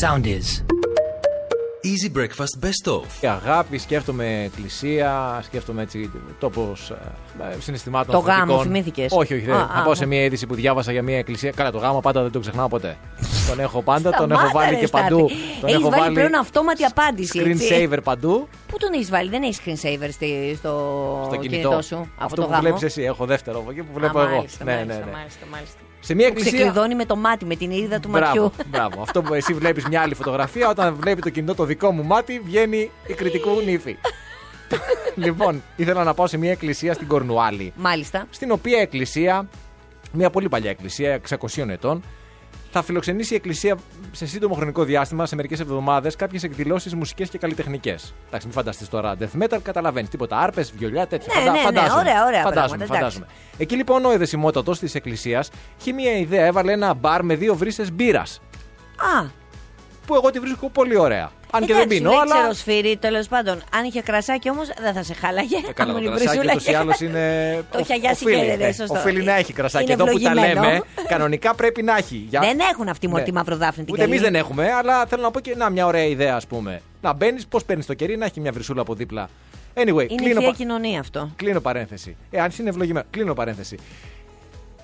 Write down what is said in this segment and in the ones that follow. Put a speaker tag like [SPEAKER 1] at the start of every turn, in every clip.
[SPEAKER 1] Sound is.
[SPEAKER 2] Easy Breakfast Best Of.
[SPEAKER 3] Η αγάπη, σκέφτομαι εκκλησία, σκέφτομαι έτσι τόπος συναισθημάτων.
[SPEAKER 4] Το γάμο,
[SPEAKER 3] θετικών.
[SPEAKER 4] θυμήθηκες?
[SPEAKER 3] Όχι, όχι. δεν.
[SPEAKER 4] Α,
[SPEAKER 3] Θα
[SPEAKER 4] α,
[SPEAKER 3] πάω
[SPEAKER 4] α.
[SPEAKER 3] σε μια είδηση που διάβασα για μια εκκλησία. Καλά, το γάμο πάντα δεν το ξεχνάω ποτέ. τον έχω πάντα, τον έχω
[SPEAKER 4] Σταμάτα,
[SPEAKER 3] βάλει
[SPEAKER 4] ρε,
[SPEAKER 3] και
[SPEAKER 4] Στάθη.
[SPEAKER 3] παντού. Τον
[SPEAKER 4] Έχεις
[SPEAKER 3] έχω
[SPEAKER 4] βάλει πλέον αυτόματη απάντηση,
[SPEAKER 3] Screen
[SPEAKER 4] έτσι.
[SPEAKER 3] saver παντού.
[SPEAKER 4] Πού τον έχεις βάλει, δεν έχεις screensaver στη- στο,
[SPEAKER 3] Στο κινητό.
[SPEAKER 4] σου από
[SPEAKER 3] Αυτό
[SPEAKER 4] το
[SPEAKER 3] που
[SPEAKER 4] γάμο.
[SPEAKER 3] βλέπεις εσύ, έχω δεύτερο από εκεί που βλέπω
[SPEAKER 4] Α,
[SPEAKER 3] εγώ.
[SPEAKER 4] Μάλιστα,
[SPEAKER 3] Ναι,
[SPEAKER 4] μάλιστα,
[SPEAKER 3] ναι, ναι.
[SPEAKER 4] μάλιστα, μάλιστα.
[SPEAKER 3] Σε μια
[SPEAKER 4] Που
[SPEAKER 3] εκκλησία.
[SPEAKER 4] ξεκλειδώνει με το μάτι, με την είδα του
[SPEAKER 3] Μπράβο,
[SPEAKER 4] ματιού.
[SPEAKER 3] μπράβο. Αυτό που εσύ βλέπεις μια άλλη φωτογραφία, όταν βλέπει το κινητό το δικό μου μάτι, βγαίνει η κριτικού νύφη. λοιπόν, ήθελα να πάω σε μια εκκλησία στην Κορνουάλη.
[SPEAKER 4] Μάλιστα.
[SPEAKER 3] Στην οποία εκκλησία, μια πολύ παλιά εκκλησία, 600 ετών, θα φιλοξενήσει η εκκλησία σε σύντομο χρονικό διάστημα, σε μερικές εβδομάδες, κάποιες εκδηλώσεις μουσικές και καλλιτεχνικές. Εντάξει, μην φανταστείς τώρα death metal, καταλαβαίνεις τίποτα. Άρπες, βιολιά, τέτοια.
[SPEAKER 4] Ναι, ναι, ναι, ωραία, ωραία
[SPEAKER 3] Φαντάζομαι,
[SPEAKER 4] πράγματα, εντάξει.
[SPEAKER 3] φαντάζομαι. Εκεί λοιπόν ο εδεσιμότατος της εκκλησίας είχε μια ιδέα, έβαλε ένα μπαρ με δύο βρύσες μπύρας
[SPEAKER 4] Α,
[SPEAKER 3] που εγώ τη βρίσκω πολύ ωραία. Αν και δεν
[SPEAKER 4] εντάξει,
[SPEAKER 3] πίνω,
[SPEAKER 4] δεν
[SPEAKER 3] αλλά.
[SPEAKER 4] ξέρω σφυρί, τέλος πάντων. Αν είχε κρασάκι όμως δεν θα σε χάλαγε.
[SPEAKER 3] Ε, καλά,
[SPEAKER 4] Αν
[SPEAKER 3] το
[SPEAKER 4] ήμουν η
[SPEAKER 3] κρασάκι
[SPEAKER 4] μπριζούλα
[SPEAKER 3] ούτως ή
[SPEAKER 4] και-
[SPEAKER 3] άλλως είναι.
[SPEAKER 4] Το
[SPEAKER 3] ο-
[SPEAKER 4] έχει αγιάσει
[SPEAKER 3] οφείλει,
[SPEAKER 4] και δεν
[SPEAKER 3] ναι.
[SPEAKER 4] είναι σωστό.
[SPEAKER 3] Οφείλει να έχει κρασάκι.
[SPEAKER 4] Είναι
[SPEAKER 3] Εδώ που τα
[SPEAKER 4] ευλογημένο.
[SPEAKER 3] λέμε, κανονικά πρέπει να έχει. Για-
[SPEAKER 4] Δεν έχουν αυτοί μόνο
[SPEAKER 3] Ναι.
[SPEAKER 4] τη μαυροδάφνη την
[SPEAKER 3] Ούτε εμείς
[SPEAKER 4] καλή.
[SPEAKER 3] δεν έχουμε, αλλά θέλω να πω και να μια ωραία ιδέα, ας πούμε. Να μπαίνεις, πώς παίρνεις το κερί, να έχει μια βρυσούλα από δίπλα. Anyway,
[SPEAKER 4] Είναι η
[SPEAKER 3] κλείνω,
[SPEAKER 4] θεία
[SPEAKER 3] πα-
[SPEAKER 4] κοινωνία αυτό.
[SPEAKER 3] κλείνω παρένθεση. Ε, αν είναι ευλογημένο, κλείνω παρένθεση.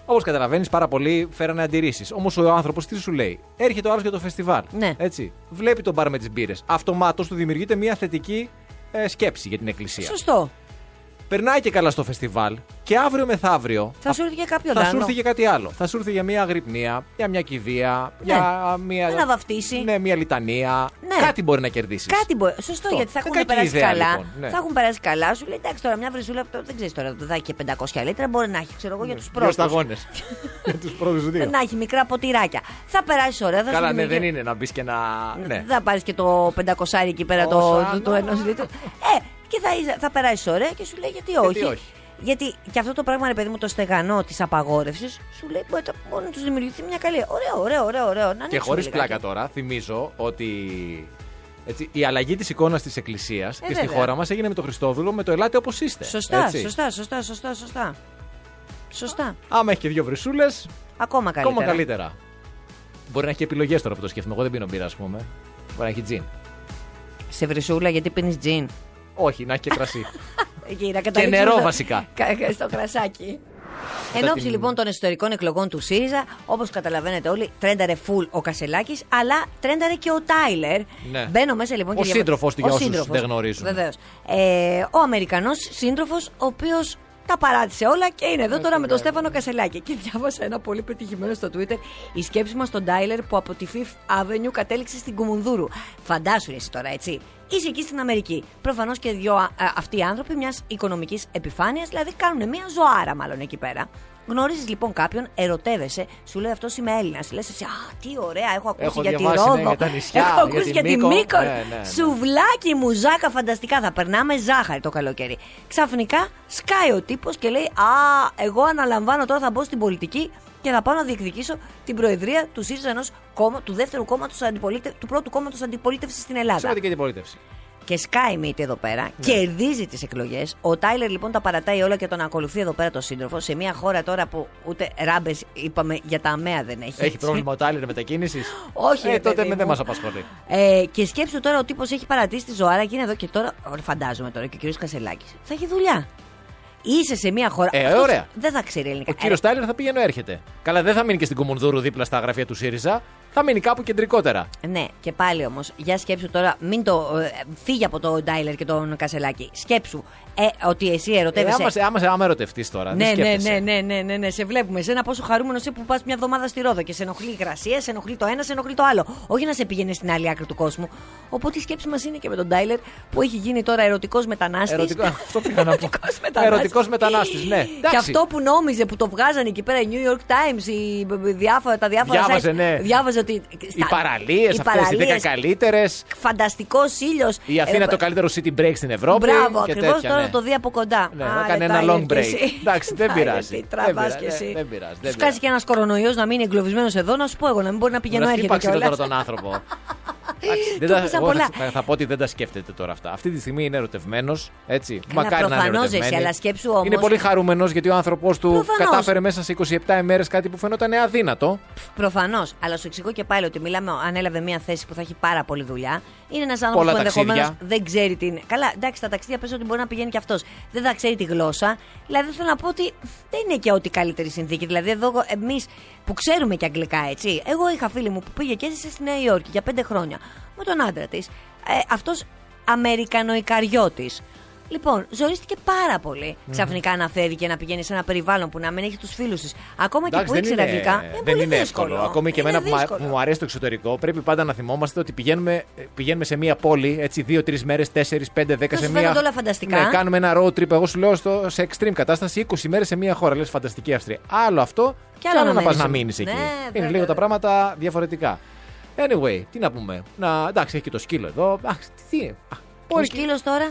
[SPEAKER 3] Όπως καταλαβαίνεις, πάρα πολλοί φέρανε αντιρρήσεις. Όμως ο άνθρωπος τι σου λέει. Έρχεται ο άλλος για το φεστιβάλ.
[SPEAKER 4] Ναι.
[SPEAKER 3] Έτσι. Βλέπει τον μπαρ με τις μπύρες. Αυτομάτως του δημιουργείται μια θετική ε, σκέψη για την εκκλησία.
[SPEAKER 4] Σωστό.
[SPEAKER 3] Περνάει και καλά στο φεστιβάλ και αύριο μεθαύριο
[SPEAKER 4] Θα σου έρθει και κάποιο
[SPEAKER 3] θα σου
[SPEAKER 4] δάνο.
[SPEAKER 3] έρθει για κάτι άλλο. Θα σου έρθει για μια αγρυπνία, για μια κηδεία,
[SPEAKER 4] Ναι.
[SPEAKER 3] για μια.
[SPEAKER 4] Ένα βαφτίσι.
[SPEAKER 3] Ναι, μια λιτανία.
[SPEAKER 4] Ναι.
[SPEAKER 3] Κάτι μπορεί να κερδίσεις.
[SPEAKER 4] Κάτι μπορεί. Σωστό,
[SPEAKER 3] Αυτό.
[SPEAKER 4] γιατί θα
[SPEAKER 3] Δεν κακή
[SPEAKER 4] έχουν περάσει
[SPEAKER 3] ιδέα,
[SPEAKER 4] καλά.
[SPEAKER 3] λοιπόν, ναι.
[SPEAKER 4] Θα έχουν περάσει καλά. Σου λέει εντάξει τώρα μια βρυσούλα που το- δεν ξέρεις τώρα. Δεν έχει και 500 λίτρα. Μπορεί να έχει, ξέρω εγώ, για του
[SPEAKER 3] Ναι, Δύο
[SPEAKER 4] πρώτου.
[SPEAKER 3] σταγόνε. Για τους πρώτους δύο.
[SPEAKER 4] Να έχει μικρά ποτηράκια. Θα περάσει ωραία. Θα
[SPEAKER 3] Καλά,
[SPEAKER 4] σου
[SPEAKER 3] ναι, δεν
[SPEAKER 4] δημιουργεί-
[SPEAKER 3] είναι να μπεις και να. Ναι.
[SPEAKER 4] Δεν θα πάρεις και το 500 εκεί πέρα το,
[SPEAKER 3] Όσα,
[SPEAKER 4] το, το
[SPEAKER 3] ναι.
[SPEAKER 4] ενός λίτρου. Ε, και θα, είσαι- θα περάσεις ωραία και σου λέει γιατί όχι.
[SPEAKER 3] όχι.
[SPEAKER 4] Γιατί και αυτό το πράγμα, ρε παιδί μου, το στεγανό της απαγόρευσης, σου λέει μπορεί να- μπορεί να τους δημιουργηθεί μια καλή. Ωραίο, ωραίο, ωραίο. ωραίο. Να
[SPEAKER 3] Και
[SPEAKER 4] ανοίξουμε
[SPEAKER 3] χωρί
[SPEAKER 4] λιγάκι.
[SPEAKER 3] πλάκα τώρα, θυμίζω ότι. Έτσι, η αλλαγή της εικόνας της Εκκλησίας και στη
[SPEAKER 4] Ε, βέβαια.
[SPEAKER 3] χώρα μας έγινε με το Χριστόδουλο με το Ελάτε όπως είστε.
[SPEAKER 4] Σωστά,
[SPEAKER 3] έτσι.
[SPEAKER 4] σωστά, σωστά, σωστά, σωστά. Σωστά.
[SPEAKER 3] Άμα έχει και δύο βρυσούλες,
[SPEAKER 4] Ακόμα καλύτερα.
[SPEAKER 3] ακόμα καλύτερα. Μπορεί να έχει επιλογές τώρα που το σκέφτομαι. Εγώ δεν πίνω μπύρα, ας πούμε. Μπορεί να έχει τζιν.
[SPEAKER 4] Σε βρυσούλα γιατί πίνεις τζιν.
[SPEAKER 3] Όχι, να έχει και κρασί.
[SPEAKER 4] Εκεί, Ε, να
[SPEAKER 3] και
[SPEAKER 4] καταλήξουμε
[SPEAKER 3] νερό
[SPEAKER 4] στο-
[SPEAKER 3] βασικά.
[SPEAKER 4] Κα- κα- Στο κρασάκι. Εν ώψη
[SPEAKER 3] την-
[SPEAKER 4] λοιπόν των εσωτερικών εκλογών του ΣΥΡΙΖΑ, όπως καταλαβαίνετε όλοι, τρένταρε full ο Κασελάκης, αλλά τρένταρε και ο Τάιλερ.
[SPEAKER 3] Ναι.
[SPEAKER 4] Μπαίνω μέσα λοιπόν
[SPEAKER 3] Ο
[SPEAKER 4] και
[SPEAKER 3] σύντροφός του, για
[SPEAKER 4] Ο
[SPEAKER 3] όσους
[SPEAKER 4] σύντροφος,
[SPEAKER 3] δεν γνωρίζουν.
[SPEAKER 4] Βεβαίως. Ε, ο Αμερικανός σύντροφος, ο οποίος τα παράτησε όλα και είναι
[SPEAKER 3] Ε,
[SPEAKER 4] εδώ τώρα με τον Στέφανο Κασελάκη. Και διάβασα ένα πολύ πετυχημένο στο Twitter η σκέψη μας στον Τάιλερ που από τη Fifth Avenue κατέληξε στην Κουμουνδούρου. Φαντάσου ρε εσύ τώρα, έτσι. Είσαι εκεί στην Αμερική. Προφανώς και δύο α, α, αυτοί οι άνθρωποι μιας οικονομικής επιφάνειας, δηλαδή κάνουν μια ζωάρα μάλλον εκεί πέρα. Γνωρίζεις λοιπόν κάποιον, ερωτεύεσαι, σου λέει αυτός είμαι Έλληνας. Λες εσύ, Α, τι ωραία, έχω ακούσει
[SPEAKER 3] Έχω
[SPEAKER 4] για τη
[SPEAKER 3] διαβάσει, ναι,
[SPEAKER 4] Ρόδο.
[SPEAKER 3] για τα νησιά,
[SPEAKER 4] έχω
[SPEAKER 3] για
[SPEAKER 4] ακούσει
[SPEAKER 3] τη
[SPEAKER 4] για τη
[SPEAKER 3] Μύκο.
[SPEAKER 4] Μήκο.
[SPEAKER 3] Ναι, ναι, ναι.
[SPEAKER 4] Σουβλάκι μου, ζάκα, φανταστικά. Θα περνάμε ζάχαρη το καλοκαίρι. Ξαφνικά σκάει ο τύπος και λέει Α, εγώ αναλαμβάνω τώρα, θα μπω στην πολιτική και θα πάω να διεκδικήσω την προεδρία του ΣΥΡΙΖΑ ενός του δεύτερου κόμματος του πρώτου κόμματος αντιπολίτευσης στην Ελλάδα.
[SPEAKER 3] Σωματική αντιπολίτευση.
[SPEAKER 4] Και σκάει η μύτη εδώ πέρα,
[SPEAKER 3] Ναι.
[SPEAKER 4] κερδίζει τις εκλογές. Ο Τάιλερ λοιπόν τα παρατάει όλα και τον ακολουθεί εδώ πέρα το σύντροφο σε μια χώρα τώρα που ούτε ράμπες είπαμε για τα αμαία δεν έχει.
[SPEAKER 3] Έχει πρόβλημα ο Τάιλερ μετακίνησης.
[SPEAKER 4] Όχι,
[SPEAKER 3] Ε,
[SPEAKER 4] ρε
[SPEAKER 3] τότε
[SPEAKER 4] παιδί
[SPEAKER 3] με- δεν
[SPEAKER 4] μου.
[SPEAKER 3] μας απασχολεί.
[SPEAKER 4] Ε, και σκέψου τώρα ο τύπος έχει παρατήσει τη ζωάρα και είναι εδώ και τώρα. Ωραία, φαντάζομαι τώρα και ο κύριος Κασελάκης. Θα έχει δουλειά. Είσαι σε μια χώρα.
[SPEAKER 3] Ε,
[SPEAKER 4] Αυτός
[SPEAKER 3] ωραία.
[SPEAKER 4] Δεν θα ξέρει ελληνικά.
[SPEAKER 3] Ο κύριος Τάιλερ θα πηγαίνει έρχεται. Καλά, δεν θα μείνει και στην Κουμουνδούρου δίπλα στα γραφεία του ΣΥΡΙΖΑ. Θα μείνει κάπου κεντρικότερα.
[SPEAKER 4] Ε, ναι, και πάλι όμως, για σκέψου τώρα, μην το. ε, φύγει από τον Τάιλερ και τον Κασελάκη. Σκέψου ε, ότι εσύ
[SPEAKER 3] Ε,
[SPEAKER 4] ερωτεύεσαι.
[SPEAKER 3] άμα, σε- άμα, σε- άμα ερωτευτείς τώρα.
[SPEAKER 4] Ναι,
[SPEAKER 3] δεν
[SPEAKER 4] ναι,
[SPEAKER 3] σκέφτεσαι.
[SPEAKER 4] ναι, ναι, ναι, ναι, ναι, σε βλέπουμε. Σένα πόσο χαρούμενος είσαι που πας μια εβδομάδα στη Ρόδο και σε ενοχλεί η υγρασία, σε ενοχλεί το ένα, σε ενοχλεί το άλλο. Όχι να σε πηγαίνει στην άλλη άκρη του κόσμου. Οπότε η σκέψη μας είναι και με τον Τάιλερ που έχει γίνει τώρα ερωτικός μετανάστης.
[SPEAKER 3] Ερωτικό, αυτό πήγα να πω.
[SPEAKER 4] Ερωτικός μετανάστης.
[SPEAKER 3] Ερωτικός μετανάστης, ναι.
[SPEAKER 4] Και
[SPEAKER 3] Εντάξει.
[SPEAKER 4] αυτό που νόμιζε που το βγάζανε εκεί πέρα οι New York Times, οι, διάφορα, τα διάφορα
[SPEAKER 3] Διάβαζε,
[SPEAKER 4] sites,
[SPEAKER 3] ναι.
[SPEAKER 4] διάβαζε ότι.
[SPEAKER 3] Οι παραλίε, αυτές οι 10 καλύτερες.
[SPEAKER 4] Φανταστικός ήλιος.
[SPEAKER 3] Η Αθήνα το καλύτερο city break στην Ευρώπη.
[SPEAKER 4] Ε, Μπράβο,
[SPEAKER 3] και
[SPEAKER 4] ακριβώς
[SPEAKER 3] τέτοια,
[SPEAKER 4] τώρα
[SPEAKER 3] ναι.
[SPEAKER 4] το δει από κοντά.
[SPEAKER 3] Ναι,
[SPEAKER 4] Άρε,
[SPEAKER 3] να κάνει ένα
[SPEAKER 4] Τάιλερ,
[SPEAKER 3] long
[SPEAKER 4] και
[SPEAKER 3] break.
[SPEAKER 4] εσύ.
[SPEAKER 3] Εντάξει, δεν
[SPEAKER 4] Τάιλερ,
[SPEAKER 3] πειράζει.
[SPEAKER 4] Τι
[SPEAKER 3] Δεν
[SPEAKER 4] τραβά
[SPEAKER 3] πειράζει,
[SPEAKER 4] κι
[SPEAKER 3] ναι,
[SPEAKER 4] εσύ.
[SPEAKER 3] δεν πειράζει, δεν
[SPEAKER 4] Σου κάτσει
[SPEAKER 3] πειράζει.
[SPEAKER 4] και ένας κορονοϊός να μείνει εγκλωβισμένος εδώ, να σου πω εγώ να μην μπορεί να πηγαίνω
[SPEAKER 3] Βρε,
[SPEAKER 4] έρχεται
[SPEAKER 3] χτύπαξε το
[SPEAKER 4] κιόλα.
[SPEAKER 3] τώρα τον άνθρωπο. Εντάξει, δεν
[SPEAKER 4] Του
[SPEAKER 3] τα-
[SPEAKER 4] έπεσαν
[SPEAKER 3] εγώ
[SPEAKER 4] πολλά.
[SPEAKER 3] θα, θα- θα πω ότι δεν τα σκέφτεται τώρα αυτά. Αυτή τη στιγμή είναι ερωτευμένος. Έτσι.
[SPEAKER 4] Καλά,
[SPEAKER 3] Μακάρι να είναι
[SPEAKER 4] προφανώς εσύ,
[SPEAKER 3] ερωτευμένη.
[SPEAKER 4] αλλά σκέψου όμως-
[SPEAKER 3] Είναι πολύ χαρούμενος γιατί ο άνθρωπός του
[SPEAKER 4] Προφανώς.
[SPEAKER 3] κατάφερε μέσα σε 27 ημέρες κάτι που φαινόταν αδύνατο.
[SPEAKER 4] Προφανώς. Αλλά σου εξηγώ και πάλι ότι μιλάμε, αν έλαβε μια θέση που θα έχει πάρα πολλή δουλειά. Είναι ένας άνθρωπος
[SPEAKER 3] Πολλά
[SPEAKER 4] που ενδεχομένω
[SPEAKER 3] ταξίδια.
[SPEAKER 4] δεν ξέρει την. Καλά, εντάξει, τα ταξίδια πες ότι μπορεί να πηγαίνει και αυτός. Δεν θα ξέρει τη γλώσσα. Δηλαδή θέλω να πω ότι δεν είναι και ό,τι καλύτερη συνθήκη. Δηλαδή εδώ εμείς που ξέρουμε και αγγλικά, έτσι. Εγώ είχα φίλη μου που πήγε και έζησε στη Νέα Υόρκη για πέντε χρόνια με τον άντρα της. Ε, αυτός Αμερικανοϊκαριώτης. Λοιπόν, ζορίστηκε πάρα πολύ ξαφνικά να φεύγει και να πηγαίνει σε ένα περιβάλλον που να μην έχει τους φίλους της. Ακόμα και που
[SPEAKER 3] δεν
[SPEAKER 4] ήξερε
[SPEAKER 3] είναι-
[SPEAKER 4] αγγλικά. Είναι
[SPEAKER 3] δεν
[SPEAKER 4] πολύ
[SPEAKER 3] είναι
[SPEAKER 4] δύσκολο.
[SPEAKER 3] εύκολο. Ακόμη και
[SPEAKER 4] Είναι
[SPEAKER 3] εμένα που μα-
[SPEAKER 4] δύσκολο.
[SPEAKER 3] που μου αρέσει το εξωτερικό, πρέπει πάντα να θυμόμαστε ότι πηγαίνουμε, ε, πηγαίνουμε σε μία πόλη, έτσι, δύο-τρει μέρες, τέσσερις, πέντε, δέκα
[SPEAKER 4] Θα
[SPEAKER 3] σε
[SPEAKER 4] σου
[SPEAKER 3] μία.
[SPEAKER 4] φαίνονται όλα φανταστικά.
[SPEAKER 3] Ναι, κάνουμε ένα road trip. Εγώ σου λέω στο, σε extreme κατάσταση 20 μέρες σε μία χώρα. Λες φανταστική Αυστρία. Άλλο αυτό,
[SPEAKER 4] Κι άλλο
[SPEAKER 3] να
[SPEAKER 4] να
[SPEAKER 3] πα
[SPEAKER 4] μένεις
[SPEAKER 3] να
[SPEAKER 4] εκεί.
[SPEAKER 3] μείνεις εκεί.
[SPEAKER 4] Ναι,
[SPEAKER 3] είναι
[SPEAKER 4] βέβαια,
[SPEAKER 3] λίγο τα
[SPEAKER 4] βέβαια.
[SPEAKER 3] πράγματα διαφορετικά. Anyway, τι να πούμε. Να, εντάξει, έχει και το σκύλο εδώ. Αχ, τι είναι. Α,
[SPEAKER 4] Ο
[SPEAKER 3] μπορεί και-
[SPEAKER 4] σκύλο τώρα.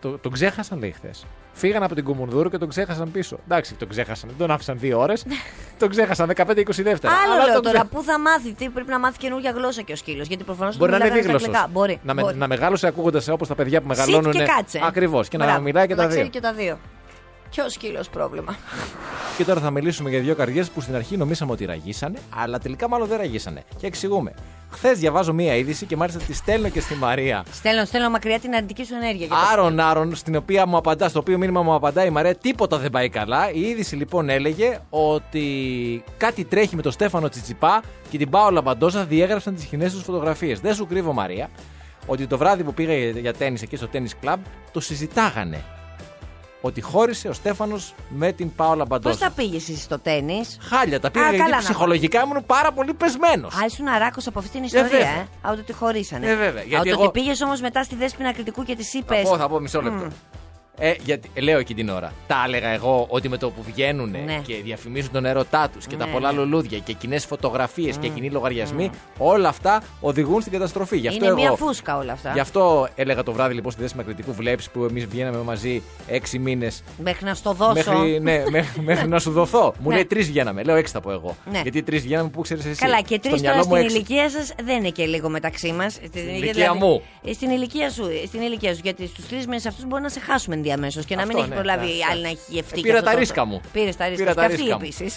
[SPEAKER 3] το, τον ξέχασαν λέει χθες. Φύγαν από την Κομουνδούρου και τον ξέχασαν πίσω. Εντάξει, τον ξέχασαν. Δεν τον άφησαν δύο ώρες. τον ξέχασαν 15-20 δεύτερα.
[SPEAKER 4] Άλλο
[SPEAKER 3] Αλλά
[SPEAKER 4] λέω
[SPEAKER 3] τον
[SPEAKER 4] τώρα,
[SPEAKER 3] ξέ-
[SPEAKER 4] πού θα μάθει, τι πρέπει να μάθει καινούργια γλώσσα και ο σκύλος. Γιατί προφανώς
[SPEAKER 3] Μπορεί να είναι
[SPEAKER 4] δίγλωσο.
[SPEAKER 3] δίγλωσο.
[SPEAKER 4] Μπορεί.
[SPEAKER 3] Να, με-
[SPEAKER 4] μπορεί.
[SPEAKER 3] να μεγάλωσε ακούγοντας όπως τα παιδιά που
[SPEAKER 4] Sit
[SPEAKER 3] μεγαλώνουν.
[SPEAKER 4] και κάτσε.
[SPEAKER 3] Ακριβώς. Και να
[SPEAKER 4] Μπράβο,
[SPEAKER 3] μιλάει και τα
[SPEAKER 4] να
[SPEAKER 3] δύο.
[SPEAKER 4] ξέρει και τα δύο. Ποιο σκύλος πρόβλημα.
[SPEAKER 3] Και τώρα θα μιλήσουμε για δύο καρδιέ που στην αρχή νομίσαμε ότι ραγίσανε, αλλά τελικά μάλλον δεν ραγίσανε. Και εξηγούμε. Χθες διαβάζω μία είδηση και μάλιστα τη στέλνω και στη Μαρία.
[SPEAKER 4] στέλνω, στέλνω μακριά την αρνητική σου ενέργεια. για το-
[SPEAKER 3] Άρον Άρον, στην οποία μου απαντά, στο οποίο μήνυμα μου απαντά η Μαρέα, τίποτα δεν πάει καλά. Η είδηση λοιπόν έλεγε ότι κάτι τρέχει με τον Στέφανο Τσιτσιπά και την Πάολα Μπαντόσα διέγραψαν τις κοινέ τους φωτογραφίες. Δεν σου κρύβω, Μαρία, ότι το βράδυ που πήγα για τέννη εκεί στο τέννη κλαμπ, το συζητάγανε. Ότι χώρισε ο Στέφανος με την Πάολα
[SPEAKER 4] Πώ
[SPEAKER 3] Μπαντόσα.
[SPEAKER 4] τα πήγες εσύ στο τέννη.
[SPEAKER 3] Χάλια τα
[SPEAKER 4] Α,
[SPEAKER 3] πήγα γιατί
[SPEAKER 4] καλά να
[SPEAKER 3] ψυχολογικά ήμουν πάρα πολύ πεσμένος.
[SPEAKER 4] Α, ήσουν αράκος από αυτή την ιστορία,
[SPEAKER 3] βέβαια.
[SPEAKER 4] ε. Α, ότι τη χωρίσανε.
[SPEAKER 3] Ε, βέβαια,
[SPEAKER 4] Α,
[SPEAKER 3] γιατί
[SPEAKER 4] ότι
[SPEAKER 3] εγώ-
[SPEAKER 4] πήγες όμως μετά στη δέσπινα κριτικού και της είπες.
[SPEAKER 3] Θα πω, θα πω μισό λεπτό. Ε, γιατί, ε, λέω εκεί την ώρα. Τα έλεγα εγώ ότι με το που βγαίνουν
[SPEAKER 4] Ναι.
[SPEAKER 3] και διαφημίζουν τον ερωτά τους και τα
[SPEAKER 4] Ναι,
[SPEAKER 3] πολλά
[SPEAKER 4] ναι.
[SPEAKER 3] λουλούδια και κοινές φωτογραφίες και κοινοί λογαριασμοί, όλα αυτά οδηγούν στην καταστροφή. Γι' αυτό
[SPEAKER 4] Είναι
[SPEAKER 3] εγώ.
[SPEAKER 4] μια φούσκα όλα αυτά.
[SPEAKER 3] Γι' αυτό έλεγα το βράδυ λοιπόν στη Δέσμα Κριτικού, βλέπεις που εμείς βγαίναμε μαζί έξι μήνες.
[SPEAKER 4] Μέχρι να στο δώσω.
[SPEAKER 3] Μέχρι, ναι, μέχρι, μέχρι να σου δοθώ. Μου
[SPEAKER 4] Ναι.
[SPEAKER 3] λέει τρεις βγαίναμε. Λέω έξι θα πω εγώ.
[SPEAKER 4] Ναι.
[SPEAKER 3] Γιατί τρεις βγαίναμε που ξέρεις εσύ.
[SPEAKER 4] Καλά, και
[SPEAKER 3] Στο
[SPEAKER 4] τρεις
[SPEAKER 3] μυαλό
[SPEAKER 4] τώρα
[SPEAKER 3] μου
[SPEAKER 4] στην
[SPEAKER 3] έξι.
[SPEAKER 4] ηλικία σας δεν είναι και λίγο μεταξύ μας. Στην
[SPEAKER 3] ηλικία μου.
[SPEAKER 4] Ε, Στην ηλικία σου. ε, Στην ηλικία σου. Γιατί στους τρεις μήνες αυτούς μπορεί να σε χάσουμε ενδιαμέσω και να
[SPEAKER 3] Αυτό,
[SPEAKER 4] μην έχει
[SPEAKER 3] ναι,
[SPEAKER 4] προλάβει
[SPEAKER 3] ναι,
[SPEAKER 4] η
[SPEAKER 3] αυτό.
[SPEAKER 4] άλλη να έχει γευτεί.
[SPEAKER 3] Ε, πήρα τα ρίσκα μου.
[SPEAKER 4] Πήρες τα ρίσκα.
[SPEAKER 3] Πήρα
[SPEAKER 4] Και
[SPEAKER 3] τα
[SPEAKER 4] αυτή
[SPEAKER 3] ρίσκα μου.
[SPEAKER 4] επίση.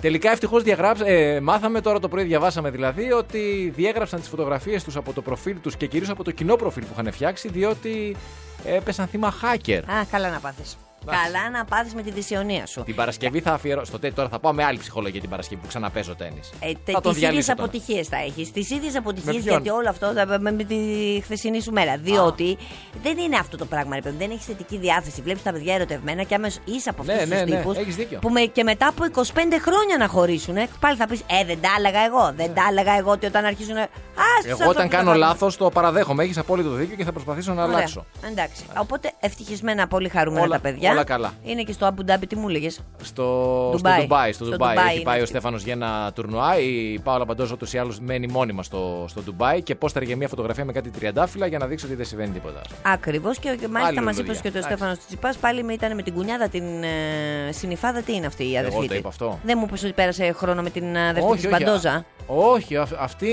[SPEAKER 3] Τελικά ευτυχώς ε, μάθαμε τώρα το πρωί, διαβάσαμε δηλαδή, ότι διέγραψαν τις φωτογραφίες τους από το προφίλ τους και κυρίως από το κοινό προφίλ που είχαν φτιάξει, διότι έπεσαν θύμα hacker.
[SPEAKER 4] Α, καλά να πάθεις.
[SPEAKER 3] Εντάξει.
[SPEAKER 4] Καλά να πάθεις με τη δυσιονία σου.
[SPEAKER 3] Την Παρασκευή θα αφιερώσω. Στο τέ- τώρα θα πάω με άλλη ψυχολογία την Παρασκευή που ξαναπέζω τέννη.
[SPEAKER 4] Ε,
[SPEAKER 3] θα τον
[SPEAKER 4] τις ίδιες
[SPEAKER 3] διαλύσω τον.
[SPEAKER 4] αποτυχίες θα έχεις. Τις ίδιες αποτυχίες
[SPEAKER 3] ποιον?
[SPEAKER 4] γιατί όλο αυτό θα- με, με τη χθεσινή σου μέρα. Διότι δεν είναι αυτό το πράγμα, ρε παιδί μου. Δεν έχεις θετική διάθεση. Βλέπεις τα παιδιά ερωτευμένα και άμεσα είσαι από αυτούς
[SPEAKER 3] Ναι,
[SPEAKER 4] τους
[SPEAKER 3] ναι, ναι,
[SPEAKER 4] τύπους.
[SPEAKER 3] έχεις δίκιο.
[SPEAKER 4] Που με, και μετά από 25 χρόνια να χωρίσουν, πάλι θα πεις Ε, δεν τα έλεγα εγώ. Δεν τα έλεγα εγώ ότι όταν αρχίσουν. να- Α, στους
[SPEAKER 3] Ναι. Εγώ
[SPEAKER 4] ανθρώπους
[SPEAKER 3] όταν
[SPEAKER 4] τα
[SPEAKER 3] κάνω
[SPEAKER 4] πράγματα.
[SPEAKER 3] λάθος το παραδέχομαι. Έχεις απόλυτο δίκιο και θα προσπαθήσω να
[SPEAKER 4] Ωραία.
[SPEAKER 3] αλλάξω.
[SPEAKER 4] Εντάξει. Οπότε ευτυχισμένα πολύ χαρούμενα
[SPEAKER 3] Όλα-
[SPEAKER 4] τα παιδιά.
[SPEAKER 3] όλα καλά.
[SPEAKER 4] Είναι και στο Αμπουντάμπι, τι μου έλεγες.
[SPEAKER 3] στο Ντουμπάι. Στο
[SPEAKER 4] Ντουμπάι.
[SPEAKER 3] Ντουμπάι, στο
[SPEAKER 4] Στο
[SPEAKER 3] Ντουμπάι.
[SPEAKER 4] Ντουμπάι
[SPEAKER 3] Έχει
[SPEAKER 4] είναι
[SPEAKER 3] πάει ο
[SPEAKER 4] αυτή.
[SPEAKER 3] Στέφανος για ένα τουρνουά. Η Πάολα Παντό ούτως ή άλλως μένει μόνιμα στο, στο Ντουμπάι και πόσταρε για μια φωτογραφία με κάτι τριαντάφυλλα για να δείξει ότι δεν συμβαίνει τίποτα.
[SPEAKER 4] Ακριβώς και ο- και
[SPEAKER 3] Άλλη
[SPEAKER 4] μάλιστα μας
[SPEAKER 3] λουλούδια.
[SPEAKER 4] είπες και ο
[SPEAKER 3] Εντάξει.
[SPEAKER 4] Στέφανος Τσιπά πάλι με, ήταν με την κουνιάδα την ε, συνυφάδα. Τι είναι αυτή η αδερφή.
[SPEAKER 3] το
[SPEAKER 4] της?
[SPEAKER 3] είπα αυτό.
[SPEAKER 4] Δεν μου είπες ότι πέρασε χρόνο με την αδερφή της
[SPEAKER 3] α-
[SPEAKER 4] Παντόζα.
[SPEAKER 3] Όχι, αυ- αυτή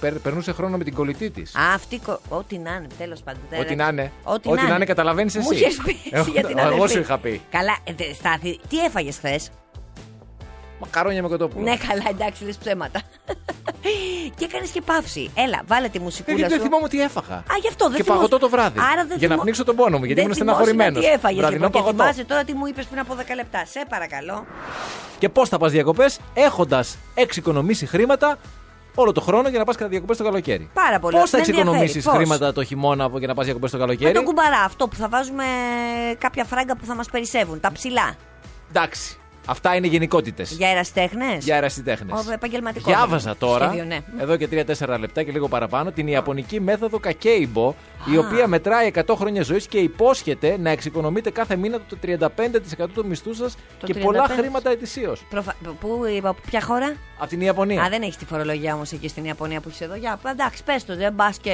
[SPEAKER 3] περ- περνούσε χρόνο με την κολλητή της.
[SPEAKER 4] Α, αυτή. κο- Ό,τι να είναι, τέλος πάντων.
[SPEAKER 3] Ό,τι να είναι.
[SPEAKER 4] Ό,τι
[SPEAKER 3] Ό,τι
[SPEAKER 4] να
[SPEAKER 3] να
[SPEAKER 4] είναι.
[SPEAKER 3] είναι, καταλαβαίνεις εσύ.
[SPEAKER 4] Μου είχες πει εσύ για την
[SPEAKER 3] Εγώ
[SPEAKER 4] αδερφή.
[SPEAKER 3] σου είχα πει.
[SPEAKER 4] Καλά, ε, δε- Στάθη, τι έφαγες χθες.
[SPEAKER 3] Μακαρόνια με κοτόπουλο.
[SPEAKER 4] Ναι, καλά, εντάξει, λες ψέματα. και έκανες και παύση. Έλα, βάλε τη
[SPEAKER 3] Ε,
[SPEAKER 4] μουσικούλα
[SPEAKER 3] γιατί δεν
[SPEAKER 4] σου.
[SPEAKER 3] θυμάμαι τι έφαγα.
[SPEAKER 4] Α, γι' αυτό δεν
[SPEAKER 3] Και
[SPEAKER 4] θυμόσαι.
[SPEAKER 3] παγωτό το βράδυ.
[SPEAKER 4] Άρα
[SPEAKER 3] για
[SPEAKER 4] δεν
[SPEAKER 3] να
[SPEAKER 4] θυμό-
[SPEAKER 3] πνίξω τον πόνο μου, γιατί
[SPEAKER 4] δεν
[SPEAKER 3] ήμουν
[SPEAKER 4] θυμόσαι
[SPEAKER 3] στεναχωρημένος.
[SPEAKER 4] Τι έφαγες.
[SPEAKER 3] Βραδινό
[SPEAKER 4] Λοιπόν, και
[SPEAKER 3] παγωτό.
[SPEAKER 4] θυμάσαι τώρα τι μου είπες πριν από 10 λεπτά. Σε παρακαλώ.
[SPEAKER 3] Και πώς θα πας διακοπές έχοντας εξοικονομήσει χρήματα όλο το χρόνο για να πας κατά διακοπέ το καλοκαίρι.
[SPEAKER 4] Πάρα πολύ.
[SPEAKER 3] Πώς θα
[SPEAKER 4] Με ενδιαφέρει.
[SPEAKER 3] εξοικονομήσεις
[SPEAKER 4] Πώς?
[SPEAKER 3] χρήματα το χειμώνα από- για να πας διακοπές το καλοκαίρι.
[SPEAKER 4] Με τον κουμπαρά, αυτό που θα βάζουμε κάποια φράγκα που θα μας περισσεύουν. Τα ψηλά.
[SPEAKER 3] Εντάξει. Αυτά είναι γενικότητες.
[SPEAKER 4] Για αεραστέχνε.
[SPEAKER 3] Για ερασιτέχνες.
[SPEAKER 4] Ο επαγγελματικός.
[SPEAKER 3] Διάβαζα τώρα,
[SPEAKER 4] Σχέδιο, ναι.
[SPEAKER 3] εδώ και 3-4 λεπτά και λίγο παραπάνω, την Ιαπωνική μέθοδο Κακέιμπο, η οποία μετράει 100 χρόνια ζωής και υπόσχεται να εξοικονομείτε κάθε μήνα το 35% του μισθού σας και πολλά
[SPEAKER 4] 35%.
[SPEAKER 3] χρήματα ετησίως.
[SPEAKER 4] Προφα... Πού είπα, από ποια χώρα.
[SPEAKER 3] Από την Ιαπωνία.
[SPEAKER 4] Α, δεν έχεις τη φορολογία όμως εκεί στην Ιαπωνία που έχει εδώ. Για, εντάξει, πες το, δεν μπα και.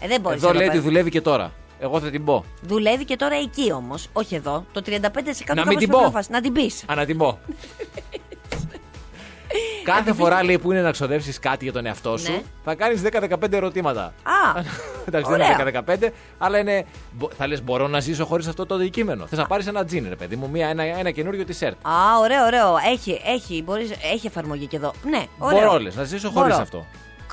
[SPEAKER 4] Ε, δεν μπορείς.
[SPEAKER 3] Εδώ λέει ότι δουλεύει και τώρα. Εγώ θα την πω.
[SPEAKER 4] Δουλεύει και τώρα εκεί όμως, όχι εδώ. Το 35%
[SPEAKER 3] Να
[SPEAKER 4] κάπως
[SPEAKER 3] μην την
[SPEAKER 4] το
[SPEAKER 3] πω.
[SPEAKER 4] προφασ- Να την πεις.
[SPEAKER 3] Ανατιμώ. Κάθε φορά λέει που είναι να ξοδέψεις κάτι για τον εαυτό σου,
[SPEAKER 1] Ναι.
[SPEAKER 3] θα κάνεις 10-15 ερωτήματα.
[SPEAKER 4] Α,
[SPEAKER 3] Εντάξει,
[SPEAKER 4] Ωραία.
[SPEAKER 3] δεν είναι 10-15, αλλά είναι. μπο- Θα λες: Μπορώ να ζήσω χωρίς αυτό το αντικείμενο. Θες να πάρεις ένα τζιν, ρε παιδί μου, μία, ένα, ένα καινούριο τη σερτ.
[SPEAKER 4] Α, ωραίο, ωραίο. Έχει, έχει, μπορείς, έχει εφαρμογή και εδώ. Ναι, ωραίο.
[SPEAKER 3] Μπορώ, λες, να ζήσω χωρίς
[SPEAKER 4] Μπορώ.
[SPEAKER 3] αυτό.